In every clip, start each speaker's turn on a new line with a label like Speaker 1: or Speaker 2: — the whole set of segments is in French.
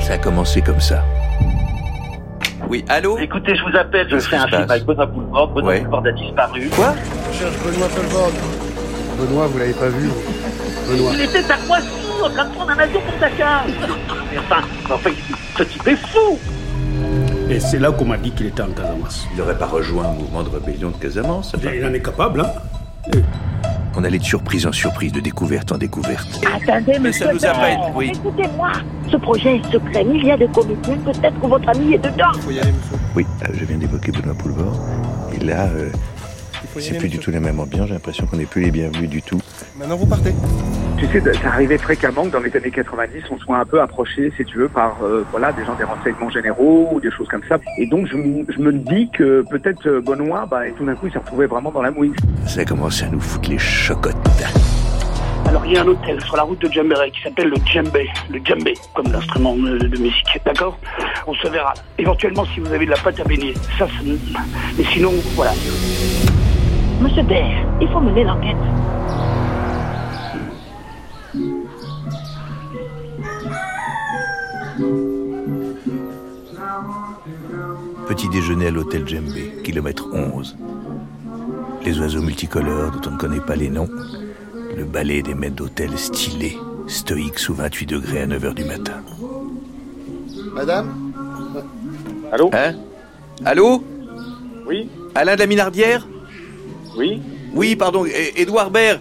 Speaker 1: ça a commencé comme ça. Oui, allô
Speaker 2: Écoutez, je vous appelle, je
Speaker 1: Qu'est-ce
Speaker 2: fais un
Speaker 1: qui se
Speaker 2: film
Speaker 1: passe
Speaker 2: avec Benoît Boulevard. Benoît
Speaker 1: Ouais.
Speaker 2: Boulevard a disparu.
Speaker 1: Quoi
Speaker 3: Cherche Benoît Solborg. Benoît, vous l'avez pas vu vous Benoît.
Speaker 2: Il était à Roissy en train de prendre un avion pour Dakar. Mais enfin, mais enfin, ce type est fou
Speaker 3: Et c'est là qu'on m'a dit qu'il était en Casamance.
Speaker 1: Il n'aurait pas rejoint le mouvement de rébellion de Casamance
Speaker 3: Et Il en est capable, hein
Speaker 1: On allait de surprise en surprise, de découverte en découverte.
Speaker 4: Attendez,
Speaker 1: Mais
Speaker 4: monsieur.
Speaker 1: ça nous
Speaker 4: Blanc.
Speaker 1: appelle, oui.
Speaker 4: Écoutez-moi, ce projet est secret, mais il y a des comités, peut-être que votre ami est dedans.
Speaker 1: Oui, euh, je viens d'évoquer Benoît Poulvord. Et là, euh, c'est plus du tout la même ambiance. J'ai l'impression qu'on n'est plus les bienvenus du tout.
Speaker 5: Maintenant vous partez.
Speaker 6: Tu sais, ça arrivait fréquemment que dans les années 90, on soit un peu approché, si tu veux, par euh, voilà des gens des renseignements généraux ou des choses comme ça. Et donc, je, m- je me dis que peut-être euh, Benoît, bah, et tout d'un coup, il s'est retrouvé vraiment dans la mouise.
Speaker 1: Ça commence à nous foutre les chocottes.
Speaker 7: Alors il y a un hôtel sur la route de Djembéré qui s'appelle le Djembé, le Djembé, comme l'instrument euh, de musique, d'accord On se verra. Éventuellement si vous avez de la pâte à baigner, ça c'est... Mais sinon, voilà.
Speaker 4: Monsieur Baird, il faut mener l'enquête.
Speaker 1: Petit déjeuner à l'hôtel Djembé, kilomètre 11. Les oiseaux multicolores dont on ne connaît pas les noms. Le ballet des maîtres d'hôtel stylés, stoïques sous 28 degrés à 9h du matin.
Speaker 5: Madame
Speaker 1: Hein Allô
Speaker 6: Oui,
Speaker 1: Alain de la Minardière
Speaker 6: oui.
Speaker 1: Oui, pardon, Edouard Baird.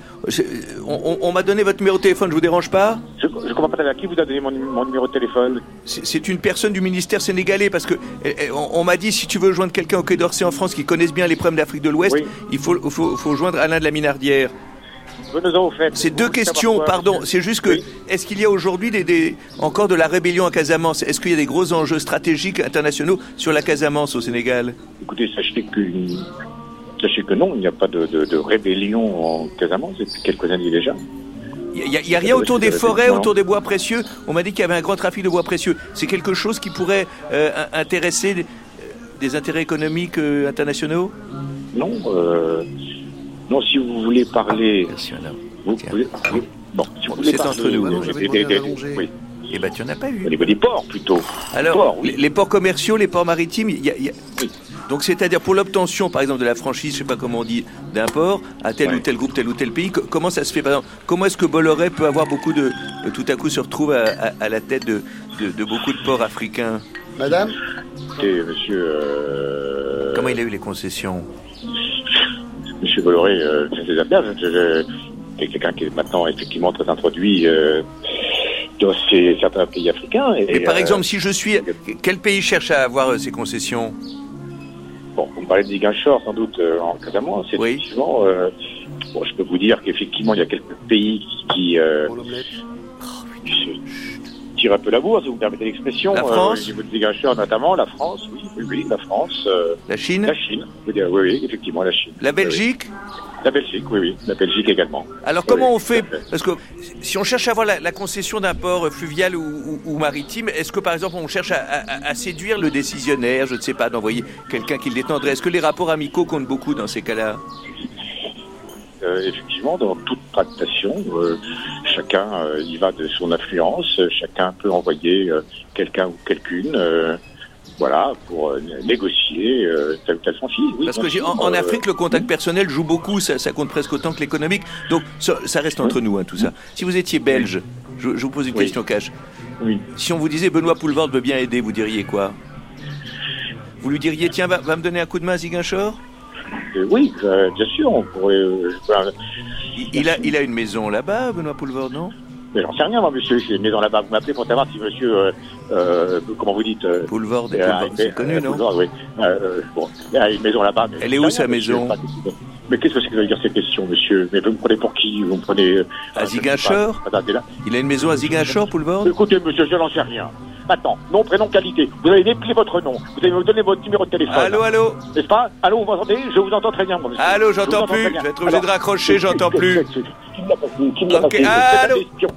Speaker 1: On, on- on m'a donné votre numéro de téléphone, je vous dérange pas
Speaker 6: Je, je comprends pas à qui vous a donné mon, numéro de téléphone.
Speaker 1: C'est c'est une personne du ministère sénégalais parce que eh, eh, on, on m'a dit si tu veux joindre quelqu'un au Quai d'Orsay en France qui connaisse bien les problèmes d'Afrique de l'Ouest,
Speaker 6: Oui.
Speaker 1: il faut, faut, faut joindre Alain de la Minardière.
Speaker 6: Venez-en au fait.
Speaker 1: C'est deux questions, pardon. C'est juste que
Speaker 6: Oui.
Speaker 1: est-ce qu'il y a aujourd'hui des, des- encore de la rébellion à Casamance Est-ce qu'il y a des gros enjeux stratégiques internationaux sur la Casamance au Sénégal
Speaker 6: Écoutez, sachez que, sachez que non, il n'y a pas de, de- de rébellion en Casamance depuis quelques années déjà.
Speaker 1: Il n'y a, il y a rien autour des
Speaker 6: Euh,
Speaker 1: forêts,
Speaker 6: non.
Speaker 1: autour des bois précieux. On m'a dit qu'il y avait un grand trafic de bois précieux. C'est quelque chose qui pourrait euh, in- intéresser euh, des intérêts économiques euh, internationaux
Speaker 6: Non, euh, non, si vous voulez parler...
Speaker 1: Merci madame.
Speaker 6: Vous,
Speaker 1: Tiens.
Speaker 6: vous- vous- bon, si vous voulez
Speaker 1: C'est
Speaker 6: parler-
Speaker 1: entre nous,
Speaker 6: oui,
Speaker 1: hein.
Speaker 6: oui,
Speaker 5: J'avais
Speaker 6: des-
Speaker 5: demandé
Speaker 6: des-
Speaker 5: un allongé.
Speaker 6: oui,
Speaker 1: Eh ben tu n'en as pas eu.
Speaker 6: au niveau des ports plutôt.
Speaker 1: Alors,
Speaker 6: Ports, oui.
Speaker 1: les, les ports commerciaux, les ports maritimes, il y a- il y a-
Speaker 6: Oui.
Speaker 1: donc c'est-à-dire pour l'obtention, par exemple, de la franchise, je sais pas comment on dit, d'un port à tel
Speaker 6: Ouais.
Speaker 1: ou tel groupe, tel ou tel pays. co- Comment ça se fait, par exemple Comment est-ce que Bolloré peut avoir beaucoup de, de- tout à coup se retrouve à, à- à la tête de, de- de beaucoup de ports africains
Speaker 5: Madame
Speaker 6: Écoutez, monsieur, euh,
Speaker 1: Comment il a eu les concessions
Speaker 6: monsieur Bolloré, euh, c'est des affaires. je- je- C'est quelqu'un qui est maintenant effectivement très introduit euh, dans ces- certains pays africains. Et,
Speaker 1: Et par
Speaker 6: euh,
Speaker 1: exemple, si je suis, quel pays cherche à avoir euh, ces concessions
Speaker 6: bon, vous me parlez de Ziguinchor sans doute euh, en Casamance. c'est
Speaker 1: Oui.
Speaker 6: Effectivement, euh, bon, je peux vous dire qu'effectivement, il y a quelques pays qui, qui, euh,
Speaker 5: Pour l'omelette.
Speaker 6: qui se tirent un peu la bourre, si vous me permettez l'expression.
Speaker 1: La
Speaker 6: euh,
Speaker 1: France
Speaker 6: Au niveau de Ziguinchor notamment, la France, oui, oui, oui, la France. euh,
Speaker 1: La Chine,
Speaker 6: La Chine, je veux dire, oui, oui, effectivement, la Chine.
Speaker 1: la Belgique
Speaker 6: Oui, oui. La Belgique, oui, oui, la Belgique également.
Speaker 1: Alors
Speaker 6: Oui,
Speaker 1: comment on
Speaker 6: tout
Speaker 1: fait
Speaker 6: à fait.
Speaker 1: Parce que si on cherche à avoir la, la concession d'un port euh, fluvial ou, ou- ou maritime, est-ce que par exemple on cherche à, à- à séduire le décisionnaire, je ne sais pas, d'envoyer quelqu'un qui le détendrait Est-ce que les rapports amicaux comptent beaucoup dans ces cas-là
Speaker 6: Euh, effectivement, dans toute tractation, euh, chacun euh, y va de son influence, euh, chacun peut envoyer euh, quelqu'un ou quelqu'une, euh, voilà, pour euh, négocier euh, telle ou telle franchise. Oui,
Speaker 1: Parce
Speaker 6: bien
Speaker 1: que j'ai-
Speaker 6: sûr,
Speaker 1: en, en
Speaker 6: euh,
Speaker 1: Afrique, le contact personnel joue beaucoup, ça, ça compte presque autant que l'économique. Donc ça, ça reste entre nous, hein, tout ça. Si vous étiez belge, je, je vous pose une
Speaker 6: Oui.
Speaker 1: question cash.
Speaker 6: Oui.
Speaker 1: Si on vous disait Benoît Poulvord veut bien aider, vous diriez quoi Vous lui diriez tiens, va, va me donner un coup de main, Ziguinchor
Speaker 6: euh, oui, euh, bien sûr, on pourrait. euh, je- voilà.
Speaker 1: il, il a, il a une maison là-bas, Benoît Poulvord, non
Speaker 6: mais j'en sais rien, moi, monsieur. Je mets dans la barre. Vous m'appelez pour savoir si monsieur, euh, euh, comment vous dites, euh,
Speaker 1: Boulevard
Speaker 6: Euh,
Speaker 1: des Boulevards,
Speaker 6: avec-
Speaker 1: c'est connu,
Speaker 6: euh,
Speaker 1: non
Speaker 6: Boulevard, oui. Euh, euh, bon, il y a une maison là-bas. mais-
Speaker 1: Elle est où, sa
Speaker 6: Rien, monsieur,
Speaker 1: maison
Speaker 6: pas du tout. Mais qu'est-ce que c'est que veut dire ces questions, monsieur Mais vous me prenez pour qui Vous me prenez. euh,
Speaker 1: À
Speaker 6: euh,
Speaker 1: Ziguinchor
Speaker 6: Attendez là.
Speaker 1: Il a une maison à Ziguinchor, Boulevard
Speaker 6: Écoutez, monsieur, je n'en sais rien. Maintenant, nom, prénom, qualité. Vous allez m'écrire votre nom. Vous allez me donner votre numéro de téléphone.
Speaker 1: Allô, allô
Speaker 6: N'est-ce pas Allô, vous m'entendez Je vous entends très bien, mon monsieur.
Speaker 1: Allô,
Speaker 6: Je vous
Speaker 1: j'entends
Speaker 6: entends
Speaker 1: plus.
Speaker 6: très
Speaker 1: Je
Speaker 6: bien.
Speaker 1: vais être obligé de
Speaker 6: Alors,
Speaker 1: raccrocher, j'entends plus.
Speaker 6: Qui me l'a passé Qui me l'a
Speaker 1: Ok,
Speaker 6: passé C'est un
Speaker 1: allô
Speaker 6: espion.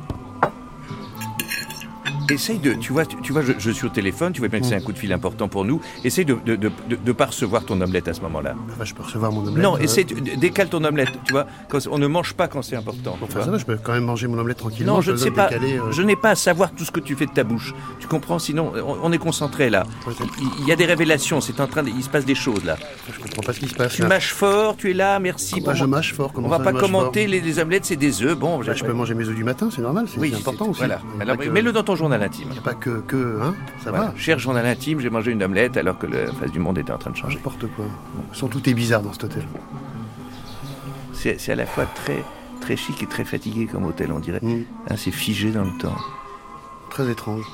Speaker 1: essaye de, tu vois, tu, tu vois, je, je suis au téléphone, tu vois bien que c'est un coup de fil important pour nous. Essaye de de, de, de, de pas recevoir ton omelette à ce moment-là.
Speaker 3: Enfin, je peux recevoir mon omelette.
Speaker 1: Non,
Speaker 3: euh,
Speaker 1: essaye, tu- décale ton omelette, tu vois. Quand, on ne mange pas quand c'est important. tu
Speaker 3: Enfin,
Speaker 1: vois.
Speaker 3: ça va, je peux quand même manger mon omelette tranquillement.
Speaker 1: Non, je ne
Speaker 3: pas
Speaker 1: sais
Speaker 3: besoin
Speaker 1: pas.
Speaker 3: de décaler, euh,
Speaker 1: Je n'ai pas à savoir tout ce que tu fais de ta bouche. Tu comprends Sinon, on, on est concentré là.
Speaker 3: Peut-être.
Speaker 1: Il, il y a des révélations. C'est en train. de- il se passe des choses là.
Speaker 3: Je comprends pas ce qui se passe.
Speaker 1: Tu
Speaker 3: là.
Speaker 1: mâches fort. Tu es là. Merci.
Speaker 3: Bah,
Speaker 1: Bon,
Speaker 3: je mâche fort.
Speaker 1: On
Speaker 3: Comment
Speaker 1: va
Speaker 3: ça,
Speaker 1: pas
Speaker 3: je mâche
Speaker 1: commenter
Speaker 3: fort
Speaker 1: les, les omelettes. C'est des œufs. Bon.
Speaker 3: Bah, Je peux manger mes œufs du matin, c'est normal, c'est
Speaker 1: Oui,
Speaker 3: c'est important
Speaker 1: c'est-
Speaker 3: aussi.
Speaker 1: Voilà.
Speaker 3: Il y a
Speaker 1: Alors,
Speaker 3: pas que-
Speaker 1: Mets-le dans ton journal intime.
Speaker 3: Il n'y a pas que, que hein, ça
Speaker 1: Voilà.
Speaker 3: va.
Speaker 1: Cher journal intime, j'ai mangé une omelette alors que le face du monde était en train de changer.
Speaker 3: N'importe quoi. Sans tout est bizarre dans cet hôtel.
Speaker 1: C'est c'est à la fois très, très chic et très fatigué comme hôtel, on dirait.
Speaker 3: Mm.
Speaker 1: Hein, c'est figé dans le temps.
Speaker 3: Très étrange.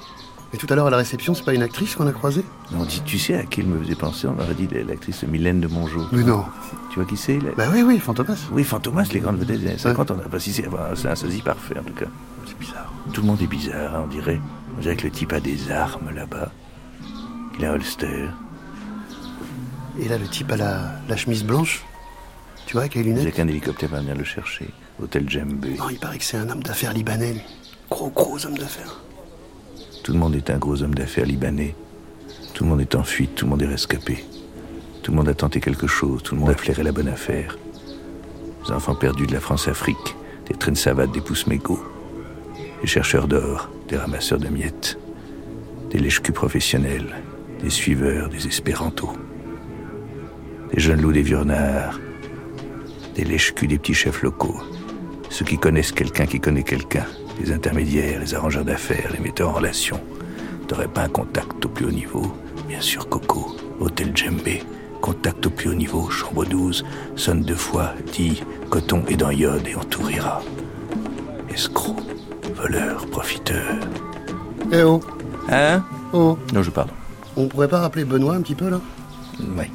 Speaker 3: Et tout à l'heure à la réception, c'est pas une actrice qu'on a croisée
Speaker 1: On dit, tu sais à qui il me faisait penser On aurait dit l'actrice Mylène de Mongeau.
Speaker 3: Mais non.
Speaker 1: Tu vois qui c'est la-
Speaker 3: Bah oui, oui, Fantomas.
Speaker 1: Oui, Fantomas, les grandes vedettes des années 50, on a pas si c'est enfin, c'est un sosie parfait en tout cas.
Speaker 3: C'est bizarre.
Speaker 1: Tout le monde est bizarre, hein, on dirait. On dirait que le type a des armes là-bas. Il a un holster,
Speaker 3: Et là, le type à la, la chemise blanche, tu vois, avec les
Speaker 1: il n'y a
Speaker 3: lunettes.
Speaker 1: qu'un hélicoptère va venir le chercher. Hôtel Djembe.
Speaker 3: Non, il paraît que c'est un homme d'affaires libanais. lui. Gros, gros homme d'affaires.
Speaker 1: Tout le monde est un gros homme d'affaires libanais. Tout le monde est en fuite, tout le monde est rescapé. Tout le monde a tenté quelque chose, tout le monde a flairé la bonne affaire. Des enfants perdus de la France-Afrique, des traînes savates, des pousses mégots, des chercheurs d'or, des ramasseurs de miettes, des lèche-culs professionnels, des suiveurs, des espérantos, des jeunes loups, des vieux renards, des lèche-culs des petits chefs locaux, ceux qui connaissent quelqu'un qui connaît quelqu'un, les intermédiaires, les arrangeurs d'affaires, les metteurs en relation. T'aurais pas un contact au plus haut niveau Bien sûr, Coco, Hôtel Djembe, contact au plus haut niveau, chambre 12, sonne deux fois, dit coton et dans iode et on t'ouvrira. Escroc, voleur, profiteur.
Speaker 3: Eh oh,
Speaker 1: Hein
Speaker 3: oh.
Speaker 1: Non, je parle.
Speaker 3: On pourrait pas rappeler Benoît un petit peu, là
Speaker 1: Ouais.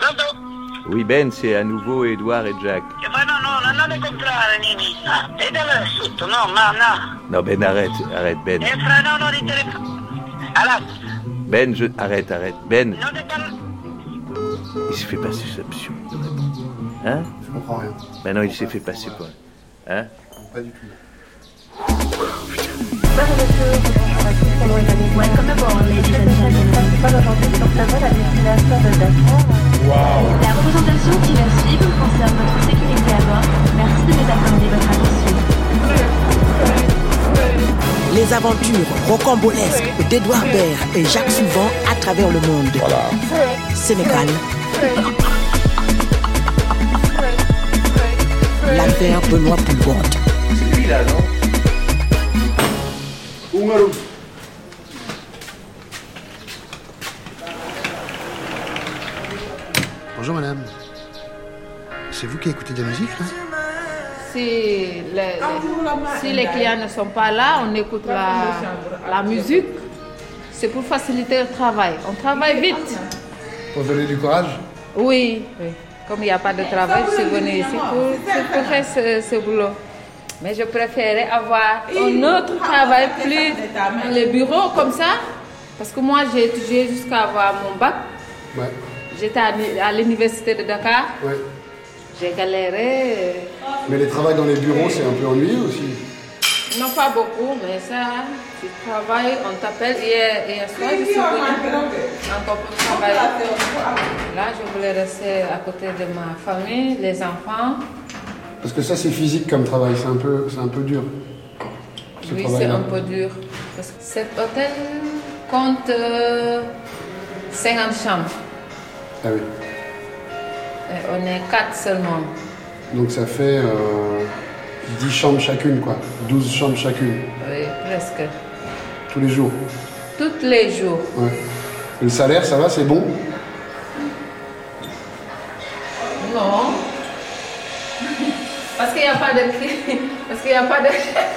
Speaker 2: Pronto?
Speaker 1: Oui, Ben, c'est à nouveau Edouard et Jack.
Speaker 2: Che fai? No, no, Eh, non andate a comprare, Nini. E deve sotto, no, ma no.
Speaker 1: Non, Ben, arrête, arrête, Ben.
Speaker 2: E fra no, no, di telefono. Allora,
Speaker 1: Ben, je. Arrête, arrête. Ben,
Speaker 2: non te parlo.
Speaker 1: il se fait passer option. Hein
Speaker 3: Je comprends rien.
Speaker 1: Ben non, il s'est fait passer pour. Hein
Speaker 3: Pas du tout.
Speaker 6: La présentation qui va suivre concerne votre sécurité à bord. Merci de nous accorder votre attention.
Speaker 7: Les aventures rocambolesques d'Edouard Baird et Jacques Souvent à travers le monde. Sénégal. L'affaire Benoît Poulvante.
Speaker 3: Bonjour, madame. C'est vous qui écoutez de la musique, là
Speaker 8: Si, le- le- si les clients ne sont pas là, on écoute la, la musique. C'est pour faciliter le travail. On travaille vite.
Speaker 3: Pour donner du courage
Speaker 8: Oui, oui. comme il n'y a pas de travail, je suis venue ici pour, c'est pour faire ce, ce boulot. Mais je préférais avoir un autre travail, plus le bureau comme ça. Parce que moi, j'ai étudié jusqu'à avoir mon bac.
Speaker 3: Ouais,
Speaker 8: J'étais à, à l'université de Dakar.
Speaker 3: ouais.
Speaker 8: J'ai galéré. euh,
Speaker 3: Mais les travaux dans les bureaux, c'est un peu ennuyeux aussi.
Speaker 8: Non, pas beaucoup, mais ça, tu travailles, on t'appelle hier, hier soir, je suis venue encore pour travailler. Là, je voulais rester à côté de ma famille, les enfants.
Speaker 3: Parce que ça, c'est physique comme travail, c'est un peu, c'est un peu dur.
Speaker 8: Oui, c'est
Speaker 3: travail-là.
Speaker 8: un peu dur. Parce que cet hôtel compte euh, 50 chambres.
Speaker 3: Ah oui.
Speaker 8: Et on est 4 seulement.
Speaker 3: Donc ça fait euh, 10 chambres chacune, quoi. 12 chambres chacune,
Speaker 8: Oui, presque.
Speaker 3: tous les jours.
Speaker 8: Tous les jours.
Speaker 3: Ouais. Le salaire, ça va, c'est bon
Speaker 8: Non. Parce qu'il n'y a pas de cli- parce qu'il n'y a pas de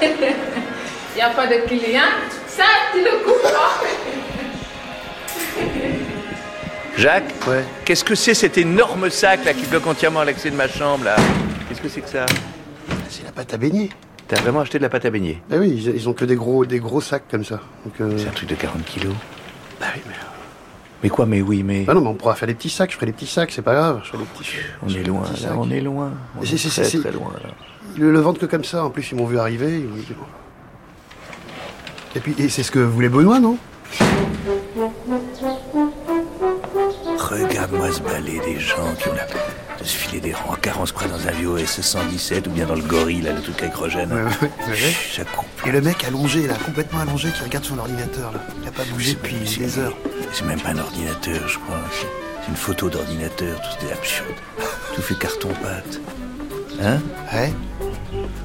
Speaker 8: il n'y a pas de client. Ça, tu le coupes.
Speaker 1: Jacques
Speaker 3: Ouais.
Speaker 1: Qu'est-ce que c'est cet énorme sac là qui bloque entièrement l'accès de ma chambre là Qu'est-ce que c'est que ça
Speaker 3: C'est la pâte à baigner.
Speaker 1: T'as vraiment acheté de la pâte à baigner
Speaker 3: Bah oui, ils, ils ont que des gros, des gros sacs comme ça. Donc, euh,
Speaker 1: C'est un truc de 40 kilos.
Speaker 3: bah oui, mais... euh,
Speaker 1: Mais quoi, mais oui, mais.
Speaker 3: Ah non, mais on pourra faire des petits sacs, je ferai des petits sacs, c'est pas grave, je ferai des petits.
Speaker 1: On
Speaker 3: je ferai
Speaker 1: est
Speaker 3: des
Speaker 1: loin,
Speaker 3: petits
Speaker 1: Ah, là,
Speaker 3: sacs.
Speaker 1: on est loin. On
Speaker 3: Mais
Speaker 1: est,
Speaker 3: c'est- c'est-
Speaker 1: très
Speaker 3: c'est-
Speaker 1: très loin, là.
Speaker 3: Ils le, le vendent que comme ça, en plus ils m'ont vu arriver. ils m'ont dit- Et puis, et c'est ce que voulait Benoît, non
Speaker 1: Regarde-moi se balader des gens qui ont la... de se filer des rencarts, on se croit dans un vieux S117 ou bien dans le gorille, là, le truc électrogène.
Speaker 3: Ouais, ouais, ouais.
Speaker 1: Chut, ça coupe.
Speaker 3: Et le mec allongé, là, complètement allongé, qui regarde son ordinateur, là. Il a pas bougé depuis
Speaker 1: C'est-
Speaker 3: des heures.
Speaker 1: C'est même pas un ordinateur, je crois. C'est c'est une photo d'ordinateur, tout c'était absurde. Tout fait carton-pâte. Hein
Speaker 3: Ouais.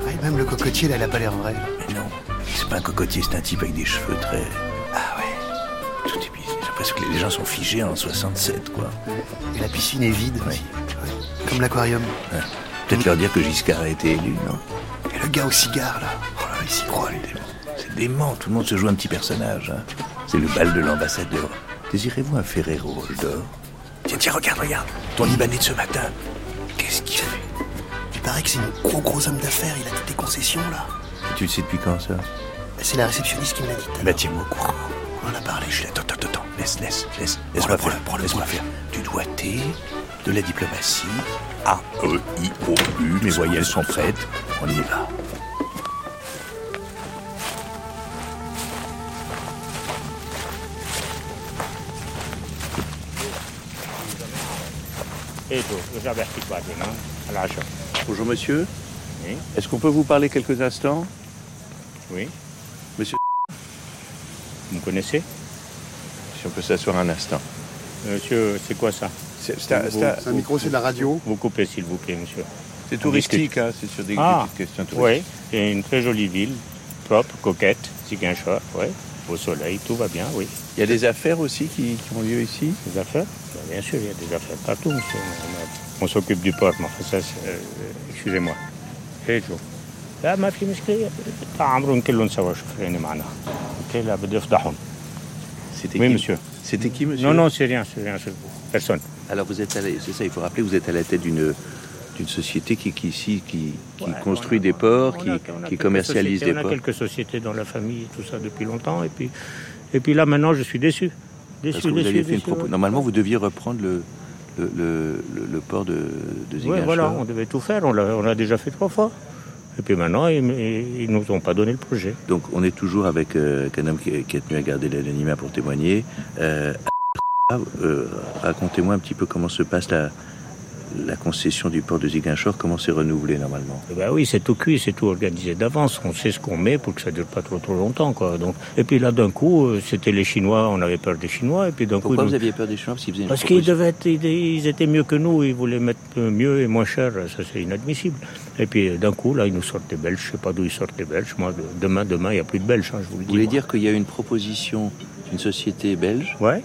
Speaker 3: Ouais, même le cocotier, là, il a pas l'air vrai.
Speaker 1: Mais non, c'est pas un cocotier, c'est un type avec des cheveux très... Ah ouais, tout est bizarre. J'ai l'impression que les gens sont figés en 67, quoi.
Speaker 3: Et la piscine est vide.
Speaker 1: Ouais.
Speaker 3: Ouais. Comme l'aquarium.
Speaker 1: Hein. Peut-être leur dire que Giscard a été élu, non
Speaker 3: Et le gars au cigare, là.
Speaker 1: Oh là là, il s'y croit, les démons. C'est dément, tout le monde se joue un petit personnage. hein. C'est le bal de l'ambassadeur. Désirez-vous un Ferrero Roldor Tiens, tiens, regarde, regarde. Ton Libanais de ce matin. Qu'est-ce qu'il fait
Speaker 3: Il paraît que c'est un gros gros homme d'affaires, il a toutes les concessions, là.
Speaker 1: Tu le sais depuis quand, ça
Speaker 3: C'est la réceptionniste qui me l'a dit.
Speaker 1: Bah, tiens-moi au courant. On en a parlé, je l'ai. Attends, attends, attends. Laisse, laisse, laisse. Laisse-moi
Speaker 3: Prends-le,
Speaker 1: faire.
Speaker 3: prends-le,
Speaker 1: Laisse-moi
Speaker 3: prends-le.
Speaker 1: faire. Du doigté, de la diplomatie. A, E, I, O, U. Mes voyelles sont prêtes. On y va. Bonjour monsieur. Est-ce qu'on peut vous parler quelques instants
Speaker 9: Oui.
Speaker 1: Monsieur,
Speaker 9: Vous me connaissez
Speaker 1: si on peut s'asseoir un instant.
Speaker 9: Monsieur, c'est quoi ça
Speaker 1: C'est c'est un- c'est un-
Speaker 3: Un micro, c'est de la radio.
Speaker 9: Vous coupez, s'il vous plaît, monsieur.
Speaker 1: c'est touristique, hein, c'est sur des
Speaker 9: Ah,
Speaker 1: petites questions touristiques.
Speaker 9: Oui, c'est une très jolie ville, propre, coquette, Ziguinchor, oui. Au soleil, tout va bien, oui.
Speaker 1: Il y a des affaires aussi qui, qui ont lieu ici
Speaker 9: Des affaires Ben, Bien sûr, il y a des affaires partout, monsieur. On, on- on s'occupe du port, mais enfin, ça, c'est- euh, excusez-moi. Hey, Joe. لا ما في مشكلة عمرهم كلهم سوا شكرا معنا اوكي لا بدي افضحهم
Speaker 1: C'était
Speaker 9: Oui,
Speaker 1: qui
Speaker 9: monsieur.
Speaker 1: C'était qui, monsieur
Speaker 9: Non, non, c'est rien, c'est rien, c'est personne.
Speaker 1: Alors, vous êtes à la- c'est ça, il faut rappeler, vous êtes à la tête d'une d'une société qui, qui, ici, qui, qui
Speaker 9: Ouais,
Speaker 1: construit
Speaker 9: on a-
Speaker 1: des ports,
Speaker 9: on a-
Speaker 1: qui,
Speaker 9: on a quelques
Speaker 1: qui commercialise
Speaker 9: sociétés,
Speaker 1: des
Speaker 9: On a
Speaker 1: ports.
Speaker 9: quelques sociétés dans la famille, et tout ça depuis longtemps. Et puis, et puis là, maintenant, je suis déçu. Déçu,
Speaker 1: Parce que vous
Speaker 9: déçu,
Speaker 1: aviez fait une
Speaker 9: déçu,
Speaker 1: propo-
Speaker 9: ouais.
Speaker 1: Normalement, vous deviez reprendre le, le, le, le- le port de, de
Speaker 9: Ouais,
Speaker 1: Ziguinchor.
Speaker 9: voilà, on devait tout faire. On l'a, on l'a déjà fait trois fois. Et puis maintenant, ils, ne nous ont pas donné le projet.
Speaker 1: Donc, on est toujours avec, euh, avec un homme qui, qui a tenu à garder l'anonymat pour témoigner. Euh, euh, Racontez-moi un petit peu comment se passe la, la concession du port de Ziguinchor, comment c'est renouvelé normalement.
Speaker 9: Eh ben oui, c'est tout cuit, c'est tout organisé d'avance. On sait ce qu'on met pour que ça dure pas trop trop longtemps, quoi. Donc, et puis là, d'un coup, euh, c'était les Chinois. On avait peur des Chinois. Et puis d'un coup, ils
Speaker 1: Pourquoi
Speaker 9: nous-
Speaker 1: vous aviez peur des Chinois Parce qu'ils faisaient une
Speaker 9: Parce qu'ils
Speaker 1: proposition.
Speaker 9: devaient être, ils- ils étaient mieux que nous, ils voulaient mettre mieux et moins cher, ça c'est inadmissible. Et puis euh, d'un coup, là, ils nous sortent des Belges, je sais pas d'où ils sortent les Belges. Moi, de- demain, demain, il n'y a plus de Belges, hein, je vous le dis.
Speaker 1: Vous voulez
Speaker 9: moi.
Speaker 1: dire qu'il y a eu une proposition d'une société belge
Speaker 9: Ouais,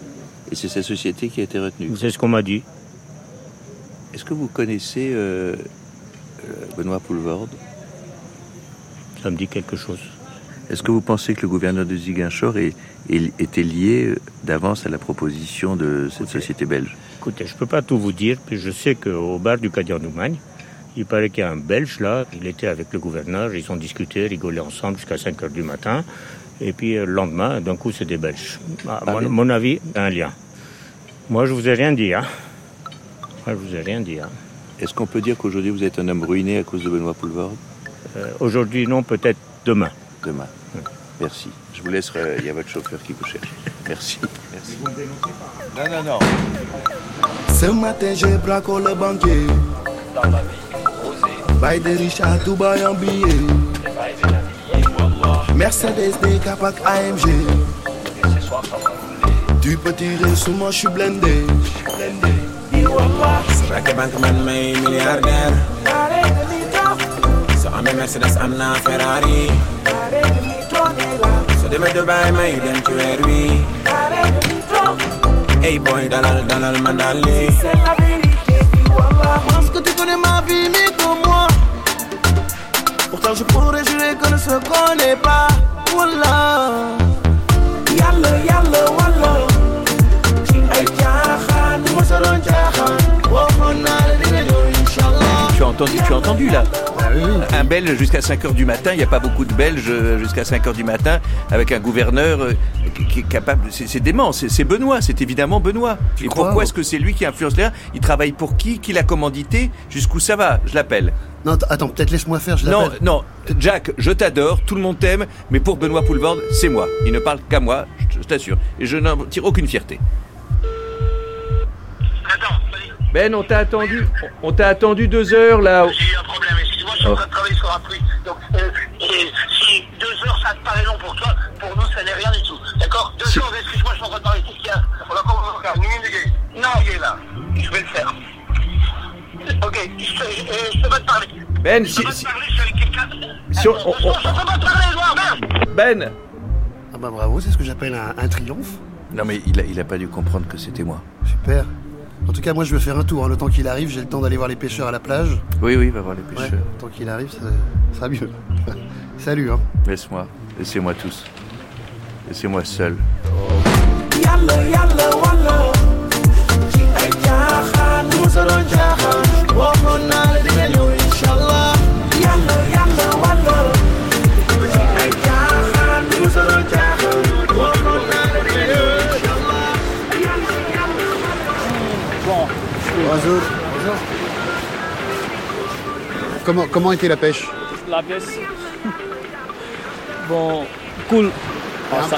Speaker 1: et c'est cette société qui a été retenue.
Speaker 9: c'est ce qu'on m'a dit.
Speaker 1: Est-ce que vous connaissez euh, euh, Benoît Poulvorde
Speaker 9: Ça me dit quelque chose.
Speaker 1: Est-ce que vous pensez que le gouverneur de Ziguinchor est- est- était lié euh, d'avance à la proposition de cette société belge
Speaker 9: Écoutez, je peux pas tout vous dire, puis je sais qu'au bar du Cadian d'Oumagne, il paraît qu'il y a un Belge là, il était avec le gouverneur, ils ont discuté, rigolé ensemble jusqu'à 5 heures du matin. Et puis euh, le lendemain, d'un coup, c'est des Belges. À
Speaker 1: Ah,
Speaker 9: mon,
Speaker 1: bien.
Speaker 9: mon avis, un lien. Moi, je vous ai rien dit, hein. Moi, je vous ai rien dit, hein.
Speaker 1: Est-ce qu'on peut dire qu'aujourd'hui vous êtes un homme ruiné à cause de Benoît Poulvorde
Speaker 9: Euh, Aujourd'hui, non, peut-être demain.
Speaker 1: Demain. Merci. Je vous laisse, euh, il y a votre chauffeur qui vous cherche. Merci. Merci. Non, non, non.
Speaker 4: Ce matin j'ai braqué le banquier. Bail des riches à Dubaï en billet. Mercedes, des capac AMG. Tu peux tirer sur moi, je suis blindé.
Speaker 10: Sera que bankman may milliardaire So I'm a Mercedes, I'm not Ferrari So they may Dubai, may them to Airbnb Hey boy, dalal, dalal, mandali
Speaker 4: Parce que tu connais ma vie mieux que moi. Pourtant, je pourrais jurer qu'on ne se connaît pas. Wallah. Yalla, yalla, wallah. Ay, Jahan, tu m'as sorti Jahan. Oh, on a le dîner, inshallah.
Speaker 1: Tu as entendu, tu as entendu là Un Belge jusqu'à 5h du matin, il n'y a pas beaucoup de Belges euh, jusqu'à 5h du matin avec un gouverneur euh, qui, qui est capable. C'est c'est dément, c'est c'est Benoît, c'est évidemment Benoît. Et pourquoi est-ce que c'est lui qui influence l'air Il travaille pour qui Qui l'a commandité Jusqu'où ça va Je l'appelle.
Speaker 3: Non, att- attends, peut-être laisse-moi faire, je
Speaker 1: Non,
Speaker 3: l'appelle.
Speaker 1: non, Jack, je t'adore, tout le monde t'aime, mais pour Benoît Poulvord, c'est moi. Il ne parle qu'à moi, je je t'assure. Et je n'en tire aucune fierté. Ben, on t'a attendu, on t'a attendu deux heures là.
Speaker 11: Moi, je suis en train de travailler sur un tweet. Donc, euh, et si deux heures, ça te paraît long pour toi, pour nous, ça n'est rien du tout. D'accord Deux heures, excuse-moi, je suis en train de parler. Qu'est-ce qu'il y a On va encore faire. Minute de gay. Non, il est là. Je vais le faire. Ok, je, je, euh, je peux pas te parler.
Speaker 1: Ben,
Speaker 11: je
Speaker 1: si-
Speaker 11: peux pas
Speaker 1: si-
Speaker 11: te parler, je suis avec quelqu'un.
Speaker 1: si on-
Speaker 11: Attends,
Speaker 1: on-
Speaker 11: je peux pas te parler, Edouard, merde
Speaker 1: Ben
Speaker 3: Ah bah bravo, c'est ce que j'appelle un, un triomphe.
Speaker 1: Non mais il a, il a pas dû comprendre que c'était moi.
Speaker 3: Super. En tout cas, moi, je vais faire un tour. hein. Le temps qu'il arrive, j'ai le temps d'aller voir les pêcheurs à la plage.
Speaker 1: Oui, oui, va voir les
Speaker 3: Ouais,
Speaker 1: pêcheurs.
Speaker 3: le temps qu'il arrive, ça, ça va mieux. Salut, hein.
Speaker 1: Laisse-moi, laissez-moi tous. Laissez-moi seul.
Speaker 4: Yalla, yalla, walla. Ci ay jaaxaan, du ma soroon jaaxaan. Waxoon naa la dina ñëw, inshallah. Yalla, yalla, walla. Ci ay jaaxaan, du ma soroon jaaxaan. Waxoon naa la dina ñëw, inshallah. Yalla, yalla, walla.
Speaker 3: Bonjour. Bonjour. Comment, comment était la pêche
Speaker 12: La pièce. Bon, cool.
Speaker 3: Ah, ça-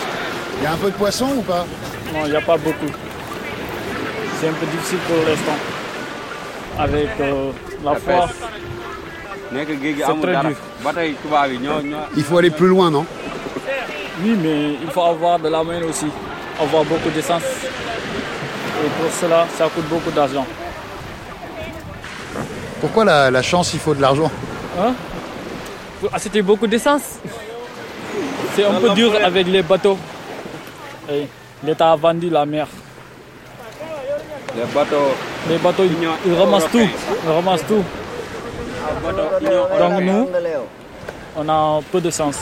Speaker 3: Il y a un peu de poisson ou pas
Speaker 12: Non, il n'y a pas beaucoup. C'est un peu difficile pour l'instant. Avec euh, la,
Speaker 13: La
Speaker 12: foire.
Speaker 13: pêche. nekk géej gi
Speaker 12: C'est
Speaker 13: amul
Speaker 12: très
Speaker 13: dara
Speaker 12: dur.
Speaker 13: ba tey tubaab yi ñoo ñoo.
Speaker 3: Il faut aller plus loin, non
Speaker 12: Oui, mais il faut avoir de la main aussi. Avoir beaucoup d'essence. Et pour cela, ça coûte beaucoup d'argent.
Speaker 14: Pourquoi la, la chance, il faut de l'argent
Speaker 12: Hein Faut acheter beaucoup d'essence. C'est un peu dur avec les bateaux. Et L'État a vendu la mer.
Speaker 13: les bateaux.
Speaker 12: Les bateaux, ils, ils ramassent tout. Ils ramassent tout. Donc nous, on a peu de sens.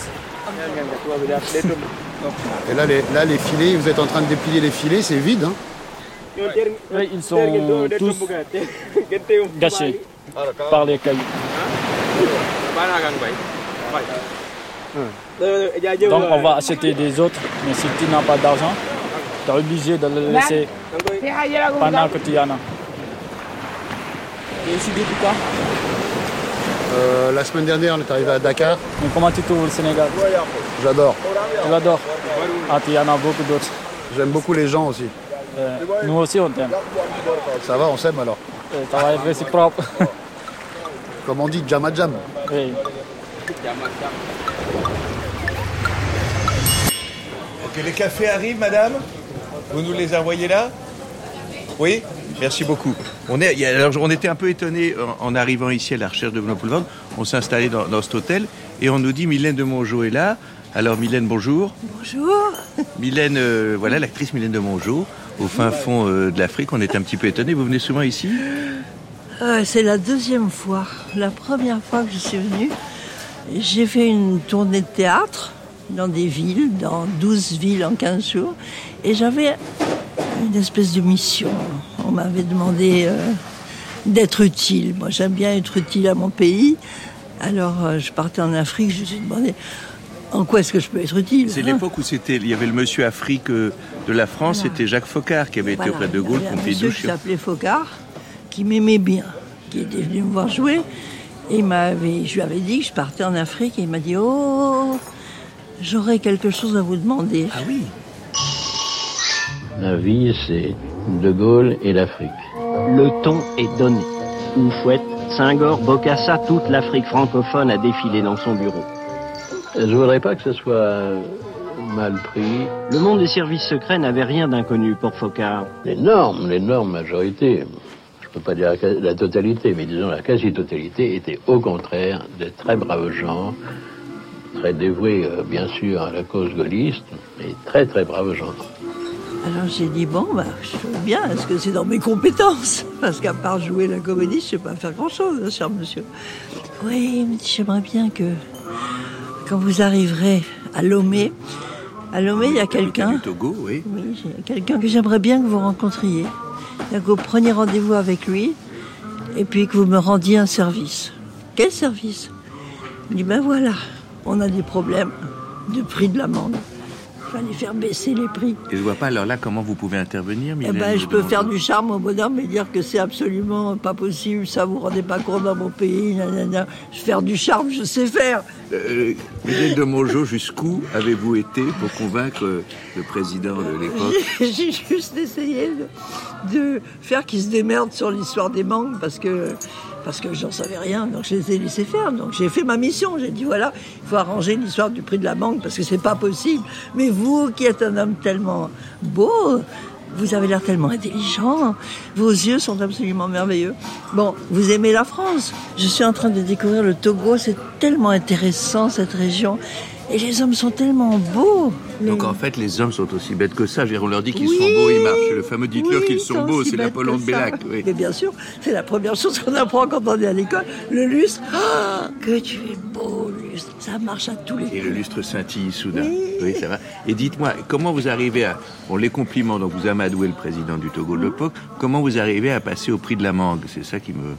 Speaker 14: Et là les, là, les filets, vous êtes en train de déplier les filets, c'est vide. Hein
Speaker 12: Oui, ils sont tous gâchés par les cailloux. Donc on va acheter des autres, mais si tu n'as pas d'argent, tu es obligé de le laisser pendant que tu en as. Et ici depuis quand
Speaker 14: Euh, la semaine dernière, on est arrivé à Dakar.
Speaker 12: Mais comment tu trouves le Sénégal
Speaker 14: J'adore.
Speaker 12: Tu l'adores Ah, tu en as beaucoup d'autres.
Speaker 14: J'aime beaucoup les gens aussi.
Speaker 12: Euh, nous aussi on t'aime.
Speaker 14: Ça va, on s'aime alors.
Speaker 12: Euh, Ça va être réciproque.
Speaker 14: Comme on dit, jam à jam.
Speaker 12: Oui.
Speaker 15: Ok, les cafés arrivent, madame Vous nous les envoyez là
Speaker 1: Oui, merci beaucoup. On, est, il y a- alors, on était un peu étonnés euh, en, en arrivant ici à la recherche de Benoît Poulvord. On s'est installé dans, dans cet hôtel et on nous dit Mylène de Mongeau est là. Alors Mylène, bonjour.
Speaker 16: Bonjour.
Speaker 1: Mylène, euh, voilà l'actrice Mylène de Mongeau, au fin fond euh, de l'Afrique. On est un petit peu étonnés. Vous venez souvent ici
Speaker 16: Euh, c'est la deuxième fois. La première fois que je suis venue, j'ai fait une tournée de théâtre dans des villes, dans 12 villes en 15 jours. Et j'avais une espèce de mission. On m'avait demandé euh, d'être utile. Moi, j'aime bien être utile à mon pays. Alors, euh, je partais en Afrique, je me suis demandé en quoi est-ce que je peux être utile.
Speaker 1: C'est
Speaker 16: hein.
Speaker 1: l'époque où c'était, il y avait le monsieur Afrique euh, de la France,
Speaker 16: Voilà.
Speaker 1: c'était Jacques Focard qui avait été
Speaker 16: Voilà,
Speaker 1: auprès de
Speaker 16: il y
Speaker 1: Gaulle,
Speaker 16: avait un
Speaker 1: Pompidou.
Speaker 16: monsieur qui s'appelait Focard, qui m'aimait bien, qui était venu me voir jouer. Et il m'avait, je lui avais dit que je partais en Afrique et il m'a dit Oh, j'aurais quelque chose à vous demander. Ah oui
Speaker 17: La vie, c'est De Gaulle et l'Afrique. Le ton est donné. Oufouette, Senghor, Bocassa, toute l'Afrique francophone a défilé dans son bureau. Je voudrais pas que ce soit mal pris. Le monde des services secrets n'avait rien d'inconnu pour Focard.
Speaker 18: L'énorme, l'énorme majorité, je peux pas dire la quasi- la totalité, mais disons la quasi-totalité, était au contraire de très braves gens, très dévoués euh, bien sûr à la cause gaulliste, mais très très braves gens.
Speaker 16: Alors j'ai dit Bon, bah, je veux bien, est-ce que c'est dans mes compétences Parce qu'à part jouer la comédie, je sais pas faire grand-chose, hein, cher monsieur. Oui, il me dit, j'aimerais bien que quand vous arriverez à Lomé, à Lomé, il y a quelqu'un.
Speaker 1: Togo, oui.
Speaker 16: Oui, j'ai quelqu'un que j'aimerais bien que vous rencontriez. Donc vous preniez rendez-vous avec lui et puis que vous me rendiez un service. Quel service Il dit ben voilà, on a des problèmes de prix de l'amende. Il fallait faire baisser les prix.
Speaker 1: Et je vois pas alors là comment vous pouvez intervenir,
Speaker 16: Eh
Speaker 1: Mylène.
Speaker 16: ben, je peux
Speaker 1: Bonjour.
Speaker 16: faire du charme au bonhomme et dire que c'est absolument pas possible, ça vous rendez pas compte dans mon pays, nanana. Faire du charme, je sais faire.
Speaker 1: Euh, Mylène de Mongeau, jusqu'où avez-vous été pour convaincre euh, le président de l'époque
Speaker 16: J'ai juste essayé de, de faire qu'ils se démerdent sur l'histoire des mangues parce que parce que j'en savais rien, donc je les ai laissés faire. Donc j'ai fait ma mission. J'ai dit voilà, il faut arranger l'histoire du prix de la mangue parce que c'est pas possible. Mais vous, qui êtes un homme tellement beau, vous avez l'air tellement intelligent, vos yeux sont absolument merveilleux. Bon, vous aimez la France. Je suis en train de découvrir le Togo. C'est tellement intéressant cette région. Et les hommes sont tellement beaux.
Speaker 1: Donc en fait, les hommes sont aussi bêtes que ça. Je veux dire, On leur dit qu'ils
Speaker 16: Oui,
Speaker 1: sont beaux, ils marchent. Le fameux dites-leur
Speaker 16: oui,
Speaker 1: qu'ils sont beaux,
Speaker 16: aussi
Speaker 1: c'est
Speaker 16: bête
Speaker 1: l'Apollon
Speaker 16: que
Speaker 1: de
Speaker 16: ça.
Speaker 1: Bélac. oui.
Speaker 16: Mais bien sûr, c'est la première chose qu'on apprend quand on est à l'école. Le lustre, Ah, que tu es beau, lustre. Ça marche à tous les
Speaker 1: Et
Speaker 16: coups.
Speaker 1: le lustre scintille soudain. Oui, ça va. Et dites-moi, comment vous arrivez à. Bon, les compliments, donc vous amadouez le président du Togo de l'époque. Comment vous arrivez à passer au prix de la mangue C'est ça qui me.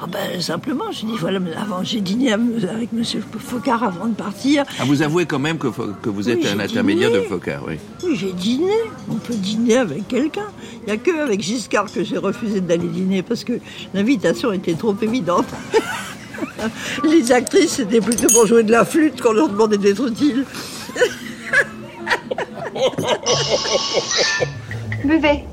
Speaker 16: Ah ben, simplement, je dis, voilà, mais avant, j'ai dîné avec Monsieur Focard avant de partir.
Speaker 1: Ah, vous avouez quand même que, fo- que vous êtes
Speaker 16: Oui, j'ai
Speaker 1: un intermédiaire
Speaker 16: dîné.
Speaker 1: de Focard, oui.
Speaker 16: Oui, j'ai dîné. On peut dîner avec quelqu'un. Il n'y a que avec Giscard que j'ai refusé d'aller dîner parce que l'invitation était trop évidente. Les actrices, c'était plutôt pour jouer de la flûte qu'on leur demandait d'être utiles.
Speaker 4: Buvez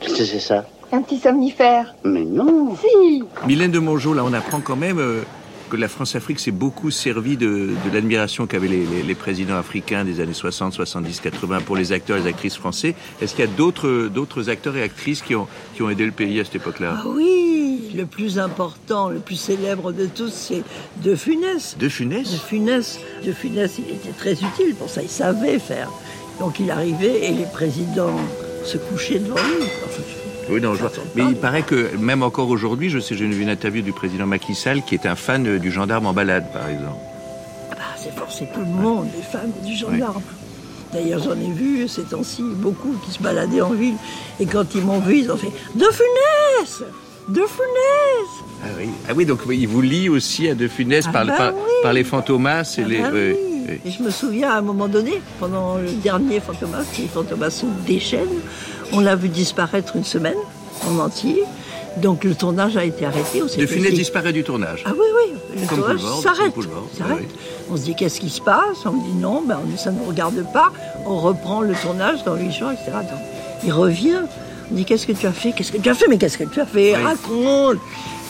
Speaker 1: Qu'est-ce que c'est ça
Speaker 4: un petit somnifère.
Speaker 1: Mais non
Speaker 4: Si
Speaker 1: Mylène de Mongeau, là, on apprend quand même euh, que la France-Afrique s'est beaucoup servie de, de l'admiration qu'avaient les, les- les présidents africains des années 60, 70, 80 pour les acteurs et les actrices français. Est-ce qu'il y a d'autres d'autres acteurs et actrices qui ont, qui ont aidé le pays à cette époque-là
Speaker 16: Ah oui, le plus important, le plus célèbre de tous, c'est De Funès.
Speaker 1: De Funès
Speaker 16: De Funès. De Funès, il était très utile pour ça, il savait faire. Donc il arrivait et les présidents se couchaient devant lui. Enfin,
Speaker 1: Oui, non, je vois. Mais il paraît que même encore aujourd'hui, je sais, j'ai vu une interview du président Macky Sall qui est un fan euh, du gendarme en balade, par exemple.
Speaker 16: bah, c'est forcé tout le monde, les femmes du gendarme. D'ailleurs, j'en ai vu ces temps-ci beaucoup qui se baladaient en ville. Et quand ils m'ont vu, ils ont fait De Funès De Funès
Speaker 1: Ah oui, ah oui donc il vous lie aussi à De Funès
Speaker 16: Ah
Speaker 1: par,
Speaker 16: bah
Speaker 1: par,
Speaker 16: oui.
Speaker 1: par les fantomas et les.
Speaker 16: bah
Speaker 1: Ah oui, oui.
Speaker 16: Et je me souviens à un moment donné, pendant le dernier Fantomas, qui Fantomas se déchaîne, on l'a vu disparaître une semaine en entier. Donc le tournage a été arrêté. On s'est
Speaker 1: De
Speaker 16: fait-
Speaker 1: Funès disparaît du tournage.
Speaker 16: Ah oui, oui, le
Speaker 1: Comme
Speaker 16: tournage
Speaker 1: Poulvord,
Speaker 16: s'arrête.
Speaker 1: comme Poulvord,
Speaker 16: s'arrête.
Speaker 1: oui, oui.
Speaker 16: On se dit qu'est-ce qui se passe On me dit non, ben, on- ça ne nous regarde pas. On reprend le tournage dans huit jours, etc. Donc, il revient. On dit qu'est-ce que tu as fait Qu'est-ce que tu as fait Mais qu'est-ce que tu as fait
Speaker 1: Oui.
Speaker 16: Raconte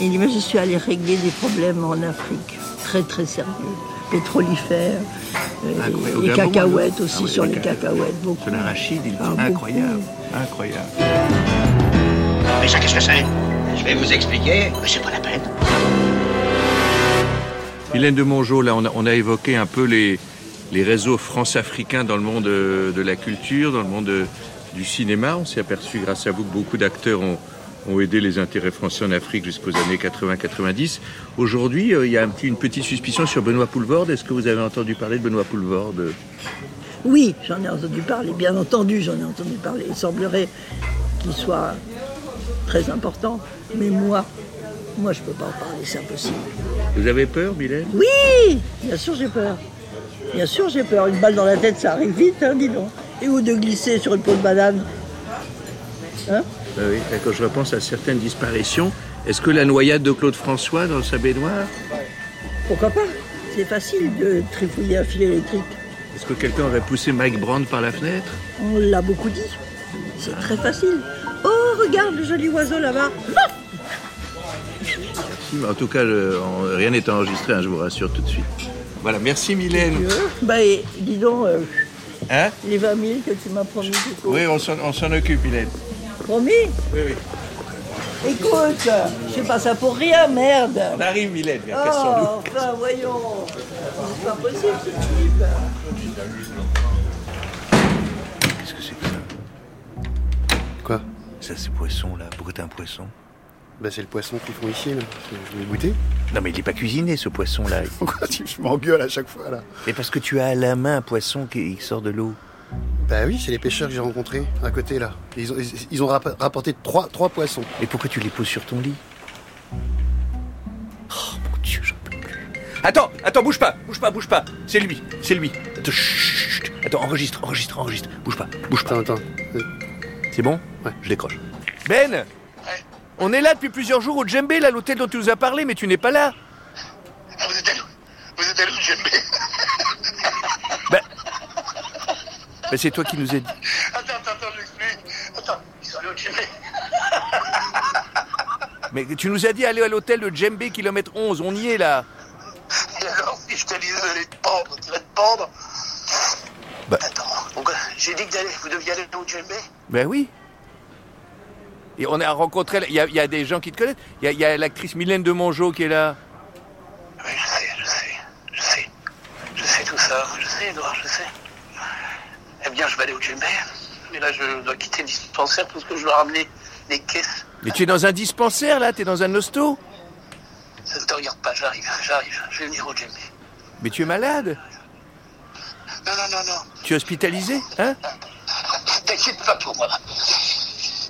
Speaker 16: Il dit mais je suis allé régler des problèmes en Afrique, très très sérieux, pétrolifères, euh,
Speaker 1: Ah, oui, au
Speaker 16: les
Speaker 1: Gabon,
Speaker 16: cacahuètes
Speaker 1: alors.
Speaker 16: aussi
Speaker 1: Ah oui,
Speaker 16: sur
Speaker 1: les
Speaker 16: les
Speaker 1: caca-
Speaker 16: cacahuètes, beaucoup.
Speaker 1: Sur l'arachide, il
Speaker 16: Ah,
Speaker 1: incroyable, incroyable.
Speaker 7: Mais ça, qu'est-ce que c'est Je vais vous expliquer, mais c'est pas la peine.
Speaker 1: Hélène de Mongeau, là, on a, on a évoqué un peu les, les réseaux france-africains dans le monde euh, de la culture, dans le monde euh, du cinéma. On s'est aperçu, grâce à vous, que beaucoup d'acteurs ont, ont aidé les intérêts français en Afrique jusqu'aux années 80-90. Aujourd'hui, euh, il y a un petit- une petite suspicion sur Benoît Poulvorde. Est-ce que vous avez entendu parler de Benoît Poulvorde
Speaker 16: Oui, j'en ai entendu parler, bien entendu, j'en ai entendu parler. Il semblerait qu'il soit très important, mais moi, moi, je peux pas en parler, c'est impossible.
Speaker 1: Vous avez peur, Mylène
Speaker 16: Oui, bien sûr, j'ai peur. Bien sûr, j'ai peur. Une balle dans la tête, ça arrive vite, hein, dis donc. Et ou de glisser sur une peau de banane. Hein
Speaker 1: Ah oui, là, quand je repense à certaines disparitions, est-ce que la noyade de Claude François dans sa baignoire,
Speaker 16: Pourquoi pas C'est facile de trifouiller un fil électrique.
Speaker 1: est-ce que quelqu'un aurait poussé Mike Brand par la fenêtre
Speaker 16: On l'a beaucoup dit. C'est très facile. Oh, regarde le joli oiseau là-bas. Ah
Speaker 1: Si, mais en tout cas, le- en- rien n'est enregistré, hein, je vous rassure tout de suite. Voilà, merci Mylène.
Speaker 16: Bah, et, dis donc, euh,
Speaker 1: Hein
Speaker 16: les 20 000 que tu m'as promis, Coco.
Speaker 1: Oui, on s'en on s'en occupe, Mylène.
Speaker 16: Promis
Speaker 1: Oui, oui.
Speaker 16: Écoute, je fais pas ça pour rien, merde.
Speaker 1: On arrive, Mylène, vers Casson.
Speaker 16: Oh, enfin, voyons. C'est pas possible, ce type.
Speaker 19: Qu'est-ce que c'est que ça
Speaker 3: Quoi
Speaker 19: Ça, c'est poisson, là. Pourquoi t'as un poisson
Speaker 3: Bah, c'est le poisson qu'ils font ici, là. Je voulais goûter.
Speaker 19: Non, mais il n'est pas cuisiné, ce poisson-là.
Speaker 3: Pourquoi tu je m'engueule à chaque fois, là
Speaker 19: Mais parce que tu as à la main un poisson qui qui sort de l'eau.
Speaker 14: Ben
Speaker 3: Bah oui, c'est les pêcheurs que j'ai rencontrés, à côté, là. Ils ont, ils- ils ont rapp- rapporté trois, trois poissons.
Speaker 19: Et pourquoi tu les poses sur ton lit
Speaker 1: Attends, attends, bouge pas, bouge pas, bouge pas. C'est lui, c'est lui. Attends, chut, chut. attends, enregistre, enregistre, enregistre. Bouge pas, bouge pas. Attends, C'est bon Ouais. Je décroche. Ben On est là depuis plusieurs jours au Djembe, là, l'hôtel dont tu nous as parlé, mais tu n'es pas là.
Speaker 20: Vous êtes allé où, Djembe
Speaker 1: Ben, c'est toi qui nous as dit.
Speaker 20: Attends, attends, attends, j'explique. Attends, ils sont allés au Djembe.
Speaker 1: Mais tu nous as dit aller à l'hôtel de Djembe, kilomètre 11, on y est là.
Speaker 20: Et alors, si je te disais
Speaker 11: euh,
Speaker 20: d'aller te pendre, tu vas te pendre
Speaker 1: Bah.
Speaker 20: Attends, donc, j'ai dit que d'aller, vous deviez aller au Djembe
Speaker 1: Ben oui. Et on a rencontré, il y, a- il y a des gens qui te connaissent. Il y a- il y a, l'actrice Mylène de Mongeau qui est là.
Speaker 20: Je sais tout ça, je sais, Edouard, je sais. Eh bien, je vais aller au Djembe. Mais là, je dois quitter le dispensaire parce que je dois ramener les caisses.
Speaker 1: Mais tu es dans un dispensaire là, tu es dans un hosto
Speaker 20: Ça ne te regarde pas, j'arrive, j'arrive. Je vais venir au Djembe.
Speaker 1: Mais tu es malade
Speaker 20: Non, non, non, non.
Speaker 1: Tu es hospitalisé Hein
Speaker 20: T'inquiète pas pour moi.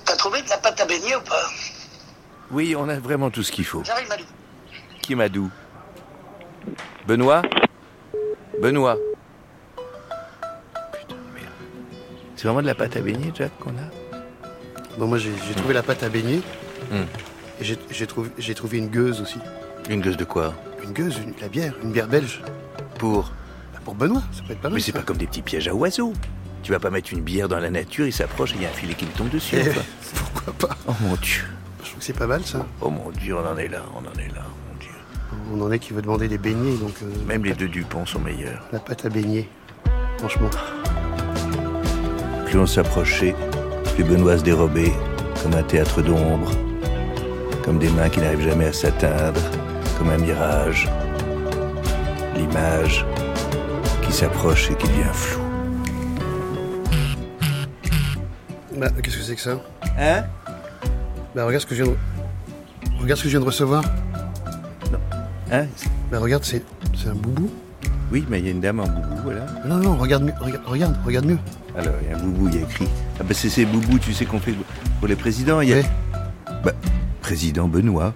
Speaker 20: T'as trouvé de la pâte à baigner ou pas
Speaker 1: Oui, on a vraiment tout ce qu'il faut.
Speaker 20: J'arrive, Malou.
Speaker 1: Qui m'a d'où Benoît Benoît Putain, merde. C'est vraiment de la pâte à baigner, Jack, qu'on a
Speaker 3: Bon, moi, j'ai j'ai trouvé la pâte à baigner.
Speaker 1: Hmm.
Speaker 3: Et j'ai- j'ai trouvé, j'ai trouvé une gueuse aussi.
Speaker 1: Une gueuse de quoi
Speaker 3: Une gueuse, une- la bière, une bière belge.
Speaker 1: Pour
Speaker 3: Bah, Pour Benoît, ça peut être pas mal.
Speaker 1: Mais c'est pas comme des petits pièges à oiseaux. Tu vas pas mettre une bière dans la nature, il s'approche et il y a un filet qui lui tombe dessus.
Speaker 3: Eh,
Speaker 1: quoi.
Speaker 3: Pourquoi pas
Speaker 1: Oh mon dieu.
Speaker 3: Je trouve que c'est pas mal, ça.
Speaker 1: Oh mon dieu, on en est là, on en est là.
Speaker 3: On en est qui veut demander des beignets, donc euh,
Speaker 1: Même les deux Dupont sont meilleurs.
Speaker 3: la pâte à baigner. Franchement.
Speaker 1: Plus on s'approchait, plus Benoît se dérobait, comme un théâtre d'ombre, comme des mains qui n'arrivent jamais à s'atteindre, comme un mirage. L'image qui s'approche et qui devient floue.
Speaker 3: Bah, qu'est-ce que c'est que ça
Speaker 15: Hein
Speaker 3: Bah, regarde ce que je viens de... Regarde ce que je viens de recevoir.
Speaker 1: Hein
Speaker 3: Bah, regarde, c'est c'est un boubou.
Speaker 1: Oui, mais il y a une dame en boubou, voilà.
Speaker 3: Non, non, regarde mieux, regarde, regarde, regarde mieux.
Speaker 1: Alors, il y a un boubou, il y a écrit. Ah bah c'est ces boubous, tu sais qu'on fait pour les présidents, il y a... Bah, président Benoît.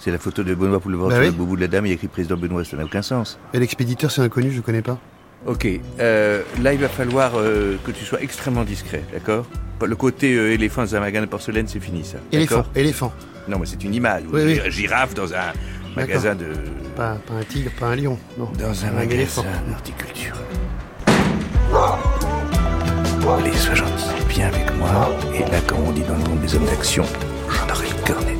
Speaker 1: C'est la photo de Benoît pour le voir
Speaker 3: Bah
Speaker 1: sur
Speaker 3: oui.
Speaker 1: le boubou de la dame, il y a écrit président Benoît, ça n'a aucun sens.
Speaker 3: Et l'expéditeur, c'est inconnu, je connais pas.
Speaker 1: Ok, euh, là il va falloir euh, que tu sois extrêmement discret, d'accord Le côté euh, éléphant dans un magasin de porcelaine, c'est fini ça.
Speaker 3: Éléphant,
Speaker 1: d'accord
Speaker 3: éléphant.
Speaker 1: Non mais c'est une image, ou
Speaker 3: Oui,
Speaker 1: une
Speaker 3: oui.
Speaker 1: gi- girafe dans un magasin de...
Speaker 3: Pas, pas un tigre, pas un lion, non.
Speaker 1: Dans un
Speaker 3: éléphant.
Speaker 1: magasin d'horticulture. Oh, Allez, sois gentil, viens avec moi. Et là, comme on dit dans le monde des hommes d'action, j'en aurai le cornet.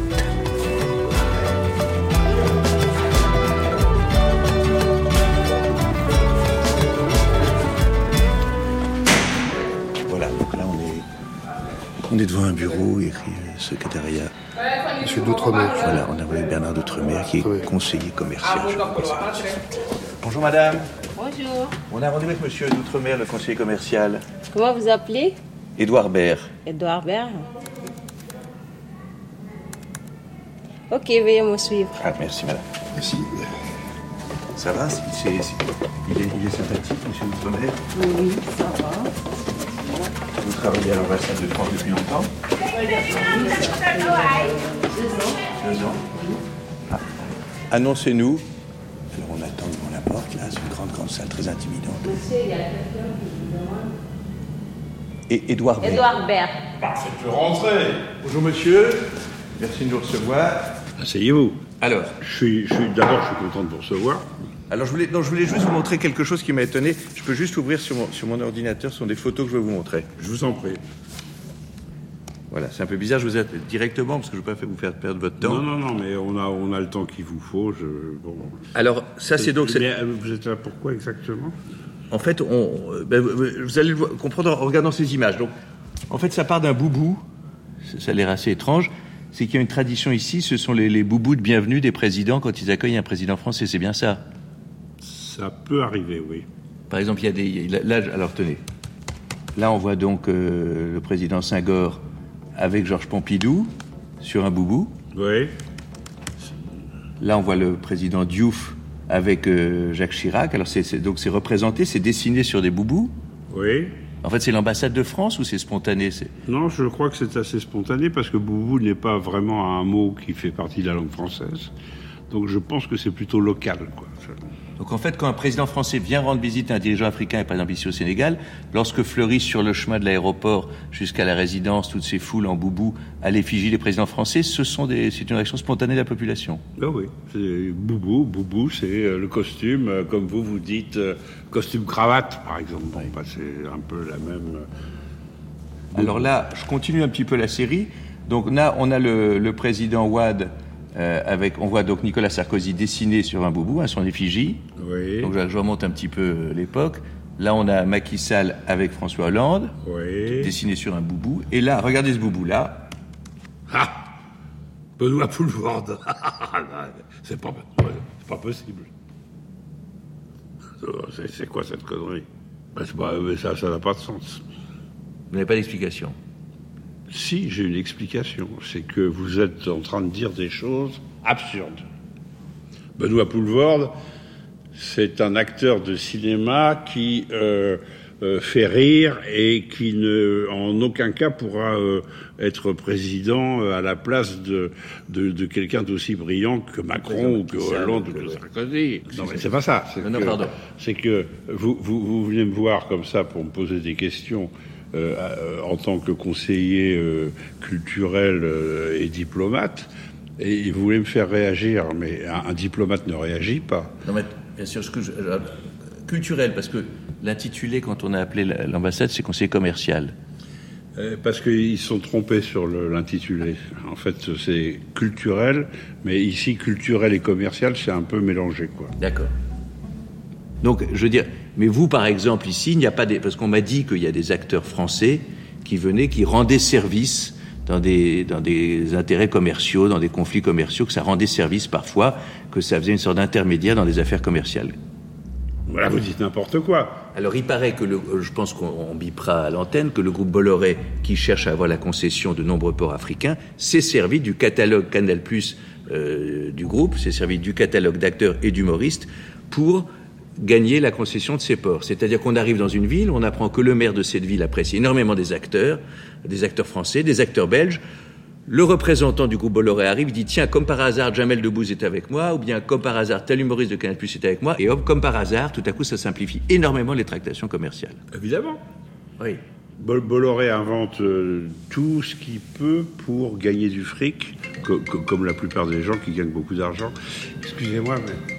Speaker 1: Voilà, donc là, on est, on est devant un bureau, il y a écrit euh, secrétariat.
Speaker 3: Monsieur d'Outre-mer.
Speaker 1: Voilà, on a envoyé Bernard d'Outre-mer qui est conseiller
Speaker 16: Ah,
Speaker 1: commercial. je crois. Bonjour madame,
Speaker 21: Bonjour.
Speaker 1: on a rendez-vous avec monsieur d'Outre-mer, le conseiller commercial.
Speaker 21: Comment vous appelez
Speaker 1: Édouard Baird.
Speaker 21: Edouard Bert. Ok, veuillez me suivre.
Speaker 1: Ah, merci madame. Merci. Ça va c'est, c'est- c'est- il, est, il est sympathique, monsieur d'Outre-mer
Speaker 21: Oui, ça va.
Speaker 1: Vous travaillez à l'ambassade de France depuis longtemps Deux ans. Ah. Annoncez-nous. Alors on attend devant la porte, là, c'est une grande, grande salle très intimidante.
Speaker 21: Monsieur, il y a quelqu'un qui
Speaker 1: Et Édouard
Speaker 21: demande.
Speaker 1: Baird.
Speaker 21: Edouard Bert.
Speaker 1: Je peux rentrer. Bonjour monsieur. Merci de nous recevoir.
Speaker 22: Asseyez-vous.
Speaker 1: Alors
Speaker 22: Je suis, je suis- d'abord, je suis content de vous recevoir.
Speaker 1: Alors je voulais, non, je voulais juste vous montrer quelque chose qui m'a étonné. Je peux juste ouvrir sur mon, sur mon ordinateur, ce sont des photos que je vais vous montrer.
Speaker 22: Je vous en prie.
Speaker 1: Voilà, c'est un peu bizarre, je vous appelle directement parce que je ne veux pas vous faire perdre votre temps.
Speaker 22: Non, non, non, mais on a, on a le temps qu'il vous faut. Je, bon.
Speaker 1: Alors ça c'est donc... c'est-
Speaker 22: Mais, euh, vous êtes là pourquoi exactement
Speaker 1: En fait, on, euh, ben, vous- vous allez le voir- comprendre en regardant ces images. Donc, en fait, ça part d'un boubou. Ça, ça a l'air assez étrange. C'est qu'il y a une tradition ici. Ce sont les, les boubous de bienvenue des présidents quand ils accueillent un président français. C'est bien ça.
Speaker 22: Ça peut arriver, oui.
Speaker 1: Par exemple, il y a des. il y a- Là, je- alors tenez. Là, on voit donc euh, le président Senghor avec Georges Pompidou sur un boubou.
Speaker 22: Oui.
Speaker 1: Là, on voit le président Diouf avec euh, Jacques Chirac. Alors, c'est- c'est- donc, c'est représenté, c'est dessiné sur des boubous.
Speaker 22: Oui.
Speaker 1: En fait, c'est l'ambassade de France ou c'est spontané c'est-
Speaker 22: Non, je crois que c'est assez spontané parce que boubou n'est pas vraiment un mot qui fait partie de la langue française. Donc je pense que c'est plutôt local. Quoi.
Speaker 1: Donc en fait, quand un président français vient rendre visite à un dirigeant africain et par exemple ici au Sénégal, lorsque fleurissent sur le chemin de l'aéroport jusqu'à la résidence toutes ces foules en boubou à l'effigie des présidents français, ce sont des, c'est une réaction spontanée de la population.
Speaker 22: Ah oui, c'est boubou, boubou, c'est euh, le costume, euh, comme vous vous dites, euh, costume cravate par exemple. Bon, bah, c'est un peu la même. euh,
Speaker 1: Alors là, je continue un petit peu la série. Donc là, on a le, le président Ouad. euh, avec, on voit donc Nicolas Sarkozy dessiné sur un boubou, à son effigie.
Speaker 22: Oui.
Speaker 1: Donc je, je remonte un petit peu euh, l'époque. Là, on a Macky Sall avec François Hollande,
Speaker 22: Oui.
Speaker 1: dessiné sur un boubou. Et là, regardez ce boubou-là.
Speaker 22: Ah Benoît Poulvorde Ah, C'est pas, c'est pas possible. Euh, C'est- C'est quoi cette connerie Bah, c'est pas- mais Ça, ça n'a pas de sens.
Speaker 1: Vous n'avez pas d'explication
Speaker 22: Si, j'ai une explication. C'est que vous êtes en train de dire des choses absurdes. Benoît Poulvorde, c'est un acteur de cinéma qui euh, euh, fait rire et qui ne, en aucun cas pourra euh, être président euh, à la place de, de, de quelqu'un d'aussi brillant que Macron ou que Hollande ou que Sarkozy. Non, mais c'est pas ça. C'est
Speaker 1: Non, non,
Speaker 22: que-
Speaker 1: pardon.
Speaker 22: C'est que vous, vous, vous venez me voir comme ça pour me poser des questions euh, euh, en tant que conseiller euh, culturel euh, et diplomate. Et vous voulez me faire réagir, mais un, un diplomate ne réagit pas.
Speaker 1: Non, mais bien sûr, ce que je- euh, culturel, parce que l'intitulé, quand on a appelé la- l'ambassade, c'est conseiller commercial.
Speaker 22: Euh, Parce qu'ils se sont trompés sur le- l'intitulé. En fait, c'est culturel, mais ici, culturel et commercial, c'est un peu mélangé, quoi.
Speaker 1: D'accord. Donc, je veux dire, mais vous, par exemple, ici, il n'y a pas des. Parce qu'on m'a dit qu'il y a des acteurs français qui venaient, qui rendaient service dans des, dans des intérêts commerciaux, dans des conflits commerciaux, que ça rendait service parfois, que ça faisait une sorte d'intermédiaire dans des affaires commerciales.
Speaker 22: Voilà, vous dites n'importe quoi.
Speaker 1: Alors, il paraît que, le, euh, je pense qu'on on bipera à l'antenne, que le groupe Bolloré, qui cherche à avoir la concession de nombreux ports africains, s'est servi du catalogue Canal Plus euh, du groupe, s'est servi du catalogue d'acteurs et d'humoristes pour gagner la concession de ces ports. C'est-à-dire qu'on arrive dans une ville, on apprend que le maire de cette ville apprécie énormément des acteurs, des acteurs français, des acteurs belges. Le représentant du groupe Bolloré arrive, il dit Tiens, comme par hasard, Jamel Debbouze est avec moi, ou bien comme par hasard, tel humoriste de Canal Plus est avec moi, et hop, comme par hasard, tout à coup, ça simplifie énormément les tractations commerciales.
Speaker 22: Évidemment.
Speaker 1: Oui.
Speaker 22: Bolloré invente euh, tout ce qu'il peut pour gagner du fric, co- co- comme la plupart des gens qui gagnent beaucoup d'argent. Excusez-moi, mais.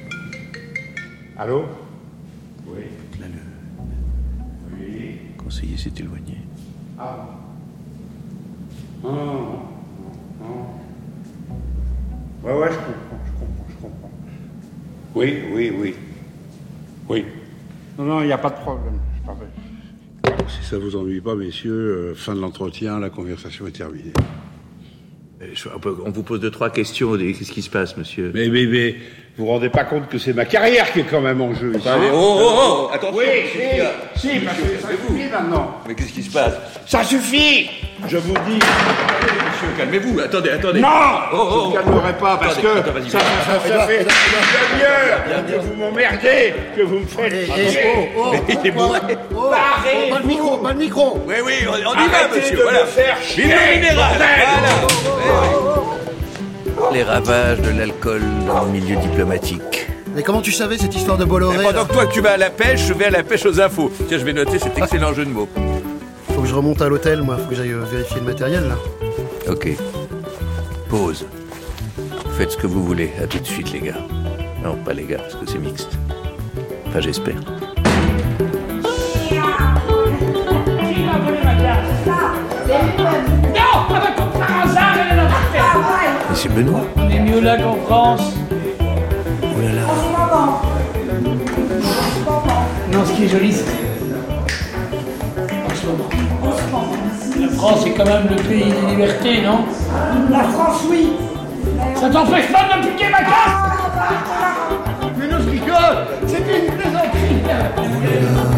Speaker 22: Allô Oui.
Speaker 1: Conseiller s'est éloigné.
Speaker 22: Ah. Non, non, non, non. Ah. Ouais, ouais, je comprends, je comprends, je comprends. Oui, oui, oui. Oui. Non, non, il n'y a pas de problème. je t'en prie. Si ça vous ennuie pas, messieurs, euh, fin de l'entretien, la conversation est terminée.
Speaker 1: On vous pose deux, trois questions. des- Qu'est-ce qui se passe, monsieur
Speaker 22: Mais, mais, mais, vous vous rendez pas compte que c'est ma carrière qui est quand même en jeu. ici. hein
Speaker 1: Ah, mais- oh, oh, oh, attention,
Speaker 22: Oui,
Speaker 1: monsieur
Speaker 22: si,
Speaker 1: Piat.
Speaker 22: si, parce que ça suffit maintenant.
Speaker 1: Mais qu'est-ce qui se passe
Speaker 22: Ça suffit Je vous dis.
Speaker 1: Monsieur, calmez-vous. Attendez, attendez.
Speaker 22: Non
Speaker 1: oh, oh,
Speaker 22: Je ne calmerai pas parce
Speaker 1: Attendez,
Speaker 22: que
Speaker 1: attends, vas-y,
Speaker 22: ça,
Speaker 1: vas-y.
Speaker 22: ça, ça, ça
Speaker 1: ben,
Speaker 22: fait
Speaker 1: eh
Speaker 22: une demi-heure que vous m'emmerdez, que vous me faites.
Speaker 1: Eh,
Speaker 22: chier.
Speaker 1: Il est bourré.
Speaker 22: Barrez-vous.
Speaker 3: Pas le micro, pas le micro
Speaker 1: Oh. Oui, oui, on, on y va,
Speaker 22: Arrêtez
Speaker 1: monsieur.
Speaker 22: de
Speaker 1: Voilà.
Speaker 22: me faire chier
Speaker 1: Vive le minéral.
Speaker 22: bordel.
Speaker 4: Les ravages de l'alcool dans le milieu diplomatique.
Speaker 3: Mais comment tu savais cette histoire de Bolloré là
Speaker 1: Pendant que toi, tu vas à la pêche, je vais à la pêche aux infos. Tiens, je vais noter cet excellent jeu de mots.
Speaker 3: Faut que je remonte à l'hôtel, moi, faut que j'aille euh, vérifier le matériel là.
Speaker 4: Ok. Pause. Faites ce que vous voulez. À tout de suite, les gars. Non, pas les gars, parce que c'est mixte. Enfin, j'espère.
Speaker 7: Ah
Speaker 4: Mais c'est Benoît.
Speaker 23: On est mieux là qu'en France.
Speaker 4: Oh là là.
Speaker 7: Non, ce qui est joli, c'est. En ce moment. La France est quand même le pays des libertés, non La France, oui Ça t'empêche pas de me piquer ma casse Mais non, je rigole C'était une plaisanterie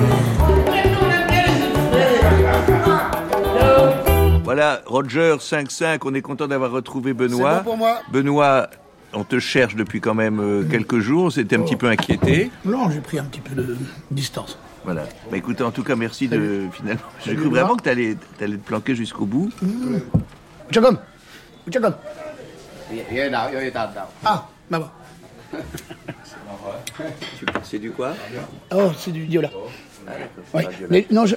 Speaker 1: Voilà, Roger 5-5, on est content d'avoir retrouvé Benoît.
Speaker 3: C'est bon pour moi.
Speaker 1: Benoît, on te cherche depuis quand même euh, quelques jours, c'était un petit
Speaker 7: Oh.
Speaker 1: peu inquiété.
Speaker 7: Non, j'ai pris un petit peu de distance.
Speaker 1: Voilà. Bah écoute, en tout cas, merci de. Finalement, j'ai cru vraiment que t'allais t'allais te planquer jusqu'au bout.
Speaker 3: Jagom Jagom
Speaker 24: Yeah, yeah, now, yeah, yeah, now.
Speaker 3: Ah, bah bon.
Speaker 4: C'est du quoi
Speaker 7: Oh, c'est du viola. Oui. Mais non, je,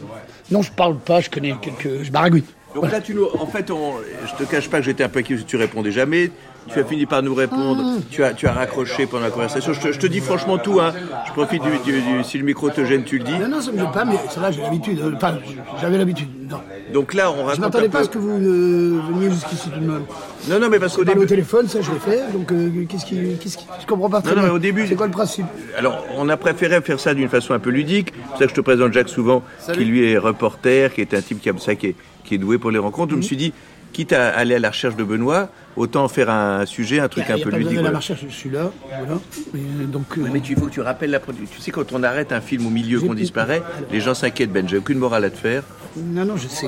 Speaker 7: non, je parle pas, je connais quelques. Je baragouine.
Speaker 1: Donc là, tu nous. En fait, on... je te cache pas que j'étais un peu inquiet, parce que tu répondais jamais. Tu as fini par nous répondre.
Speaker 7: Ah.
Speaker 1: Tu, as, tu as raccroché pendant la conversation. Je te, je te dis franchement tout. Hein. Je profite du, du- du- Si le micro te gêne, tu le dis.
Speaker 7: Non, non, ça me gêne pas, mais ça va, j'ai l'habitude. euh, Enfin, j'avais l'habitude. Non.
Speaker 1: Donc là, on
Speaker 7: Je
Speaker 1: raconte.
Speaker 7: m'attendais
Speaker 1: un
Speaker 7: pas à
Speaker 1: peu-
Speaker 7: ce que vous euh, veniez jusqu'ici tout de même.
Speaker 1: Non, non, mais parce qu'au
Speaker 7: Parler au
Speaker 1: début.
Speaker 7: téléphone, ça je vais faire. Donc, euh, qu'est-ce qui, qu'est-ce qui. Je comprends pas très
Speaker 1: Non, non,
Speaker 7: bien.
Speaker 1: mais au début-
Speaker 7: C'est quoi le principe
Speaker 1: Alors, on a préféré faire ça d'une façon un peu ludique. C'est pour ça que je te présente Jacques Souvent, qui lui est reporter, qui est un type qui aime ça, qui est, qui est doué pour les rencontres.
Speaker 7: Mhm.
Speaker 1: Je me suis dit, quitte à aller à la recherche de Benoît, autant faire un sujet, un truc
Speaker 7: Il y a
Speaker 1: un peu
Speaker 7: pas besoin
Speaker 1: ludique.
Speaker 7: d'aller à la
Speaker 1: voilà.
Speaker 7: recherche, je suis là. Voilà. Mais, donc, euh,
Speaker 1: Oui, mais tu, il faut que tu rappelles la production. Tu sais, quand on arrête un film au milieu, qu'on disparaît, les gens s'inquiètent, Ben. J'ai aucune morale à te faire.
Speaker 7: Non, non, je sais.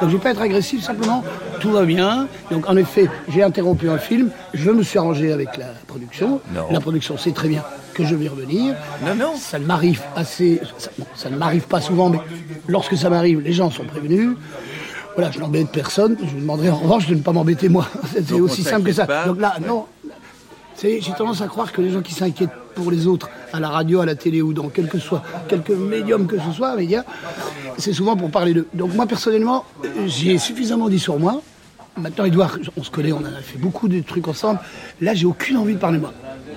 Speaker 7: Donc je vais pas être agressif, simplement, tout va bien. Donc en effet, j'ai interrompu un film, je me suis arrangé avec la production.
Speaker 1: Non.
Speaker 7: La production sait très bien que je vais revenir.
Speaker 1: Non, non.
Speaker 7: Ça ne m'arrive assez, ça, bon, ça ne m'arrive pas souvent, mais lorsque ça m'arrive, les gens sont prévenus. Voilà, je n'embête personne, je vous demanderai en revanche de ne pas m'embêter moi. C'est
Speaker 1: Donc, on
Speaker 7: aussi simple que ça.
Speaker 1: s'inquiète pas.
Speaker 7: Donc là, non. C'est- J'ai tendance à croire que les gens qui s'inquiètent pour les autres, à la radio, à la télé ou dans quel que soit, quelque médium que ce soit, média, c'est souvent pour parler d'eux. Donc moi personnellement, euh, j'ai suffisamment dit sur moi. Maintenant, Edouard, on se connaît, on en a fait beaucoup de trucs ensemble. Là, j'ai aucune envie de parler de moi.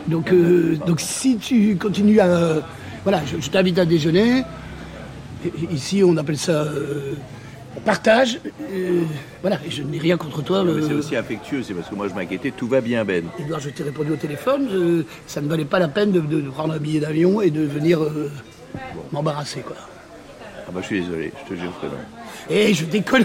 Speaker 7: Donc, euh, donc si tu continues à, euh, voilà, je, je t'invite à déjeuner. I- Ici, on appelle ça euh, on partage. Euh, voilà, et je n'ai rien contre toi.
Speaker 1: Non, mais
Speaker 7: euh,
Speaker 1: C'est aussi affectueux, c'est parce que moi je m'inquiétais, tout va bien, Ben.
Speaker 7: Edouard, je t'ai répondu au téléphone, je- ça ne valait pas la peine de, de- de prendre un billet d'avion et de venir euh, m'embarrasser, quoi.
Speaker 1: Ah bah je suis désolé, je te jure que non. Euh,
Speaker 7: Et je déconne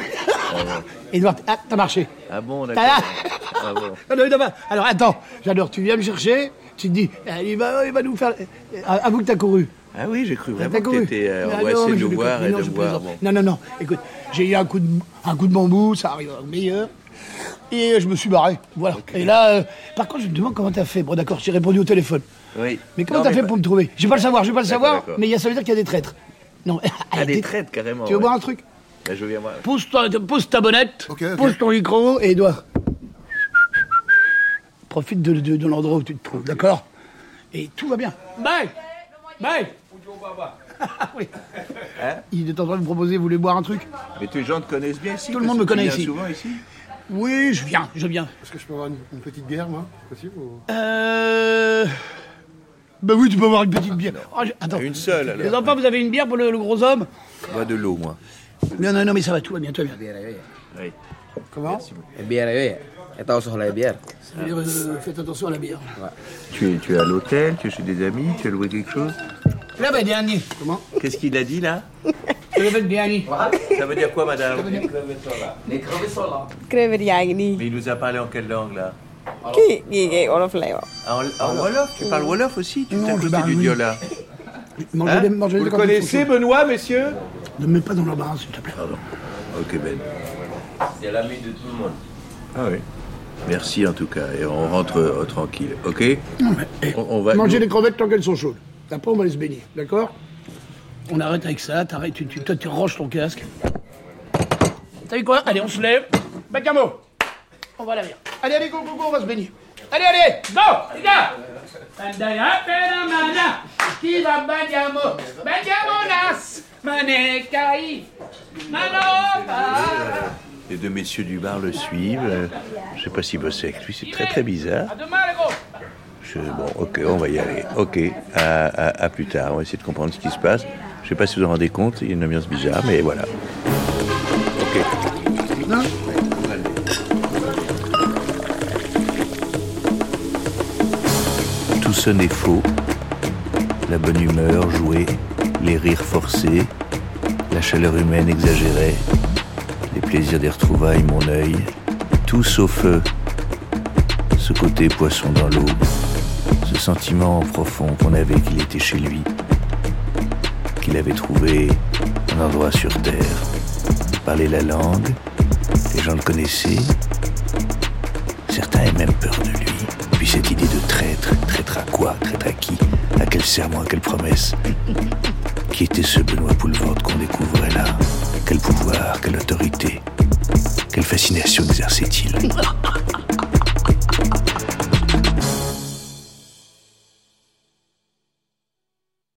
Speaker 7: Edouard, ah, t'as marché
Speaker 1: Ah bon,
Speaker 7: T'as
Speaker 1: d'accord.
Speaker 7: là
Speaker 1: Ah bon.
Speaker 7: Ah non, non, non. Alors attends, j'adore, tu viens me chercher, tu te dis, ah, il va, il va nous faire... Ah, Avoue que t'as couru.
Speaker 1: Ah oui, j'ai cru
Speaker 7: T'as
Speaker 1: vraiment que
Speaker 7: couru.
Speaker 1: t'étais. euh,
Speaker 7: Ah
Speaker 1: on va
Speaker 7: non,
Speaker 1: essayer de
Speaker 7: je
Speaker 1: nous
Speaker 7: déconne.
Speaker 1: voir
Speaker 7: Mais
Speaker 1: et
Speaker 7: non,
Speaker 1: de
Speaker 7: je
Speaker 1: voir.
Speaker 7: plaisante.
Speaker 1: bon.
Speaker 7: Non, non, non, écoute, j'ai eu un coup, de, un coup de bambou, ça arrive au meilleur, et euh, je me suis barré, voilà. Et là, euh, par contre, je me demande comment t'as fait. Bon d'accord, j'ai répondu au téléphone.
Speaker 1: Oui.
Speaker 7: Mais comment
Speaker 1: Non, bah,
Speaker 7: t'as fait pour me trouver Je vais pas le savoir, je vais pas le
Speaker 1: D'accord,
Speaker 7: savoir,
Speaker 1: d'accord.
Speaker 7: mais il y a- ça veut dire qu'il y a des traîtres. Non,
Speaker 1: Ah, des traites carrément.
Speaker 7: tu veux
Speaker 1: ouais.
Speaker 7: boire un truc
Speaker 1: Bah, Je viens voir.
Speaker 7: Pousse, toi- pousse ta bonnette, pousse ton micro et dois. Profite de, de- de l'endroit où tu te trouves, d'accord Et tout va bien. Bye Bye Il est en train de me proposer, vous voulez boire un truc
Speaker 1: Hein Mais tous les gens te connaissent bien ici
Speaker 7: Tout le monde me
Speaker 1: parce que
Speaker 7: connaît
Speaker 1: tu viens
Speaker 7: ici.
Speaker 1: souvent ici
Speaker 7: Oui, je viens, je viens.
Speaker 3: Est-ce que je peux avoir une, une petite bière, moi Possible ou...
Speaker 7: Euh. Ben oui, tu peux avoir une petite bière. Oh, je- Attends.
Speaker 1: Une seule
Speaker 7: Les
Speaker 1: alors.
Speaker 7: enfants, vous avez une bière pour le, le gros homme
Speaker 1: Bois de l'eau, moi.
Speaker 7: Non, non, non, mais ça va, tout va bien, tout va bien.
Speaker 1: Oui.
Speaker 7: Comment
Speaker 4: bière, oui. Et t'as aussi la bière.
Speaker 7: C'est-à-dire, euh, Faites attention à la bière.
Speaker 1: Tu es, tu es à l'hôtel, tu es chez des amis, tu as loué quelque chose
Speaker 7: Là, ben, dernier. Comment
Speaker 1: Qu'est-ce qu'il a dit là
Speaker 7: Je l'appelle dernier.
Speaker 1: Ça veut dire quoi, madame
Speaker 4: Les crevés sont là.
Speaker 22: Crever yaa ngi nii.
Speaker 1: Mais il nous a parlé en quelle langue là
Speaker 22: kii kii kay olof lay wax.
Speaker 1: Ah, En, en Wolof Tu parles Wolof aussi Tu t'as côté du Diola Hein
Speaker 7: Mangez des- mangez
Speaker 25: Hein Vous le
Speaker 7: des cordons de
Speaker 25: connaissez,
Speaker 7: fourchon.
Speaker 25: Benoît, messieurs
Speaker 7: Ne me mets pas dans l'embarras, s'il te plaît.
Speaker 1: Ok, Ben.
Speaker 4: C'est l'ami de tout le monde.
Speaker 1: Ah oui. Merci en tout cas. Et on rentre euh, tranquille, ok on, on va.
Speaker 7: Mangez
Speaker 1: nous-
Speaker 7: les crevettes tant qu'elles sont chaudes. Après, on va les se baigner, d'accord On arrête avec ça, t'arrêtes, tu, tu, toi, tu ranges ton casque. T'as vu quoi Allez, on se lève. Bacamo On va à la bière. Allez, allez, go, go, go, on va se baigner. Allez, allez, go, les gars
Speaker 12: Andaya
Speaker 7: hein,
Speaker 12: pera mana, kila banyamo, banyamo nas, manekai, manopa.
Speaker 1: Les deux messieurs du bar le suivent. euh, Je sais pas s'il bossait avec lui, c'est très très bizarre. Je- bon, ok, on va y aller. Ok, à, à- à plus tard. On va essayer de comprendre ce qui se passe. Je sais pas si vous vous en rendez compte, il y a une ambiance bizarre, mais voilà. Ok.
Speaker 7: Non
Speaker 26: Tout ce n'est faux. La bonne humeur jouée, les rires forcés, la chaleur humaine exagérée, les plaisirs des retrouvailles, mon œil, tout sauf eux. Ce côté poisson dans l'eau, ce sentiment profond qu'on avait qu'il était chez lui, qu'il avait trouvé un endroit sur terre. Il parlait la langue, les gens le connaissaient, certains avaient même peur de lui. Puis cette idée de traître, traître à quoi, traître à qui, à quel serment, à quelle promesse Qui était ce Benoît Poulvorde qu'on découvrait là Quel pouvoir, quelle autorité Quelle fascination exerçait-il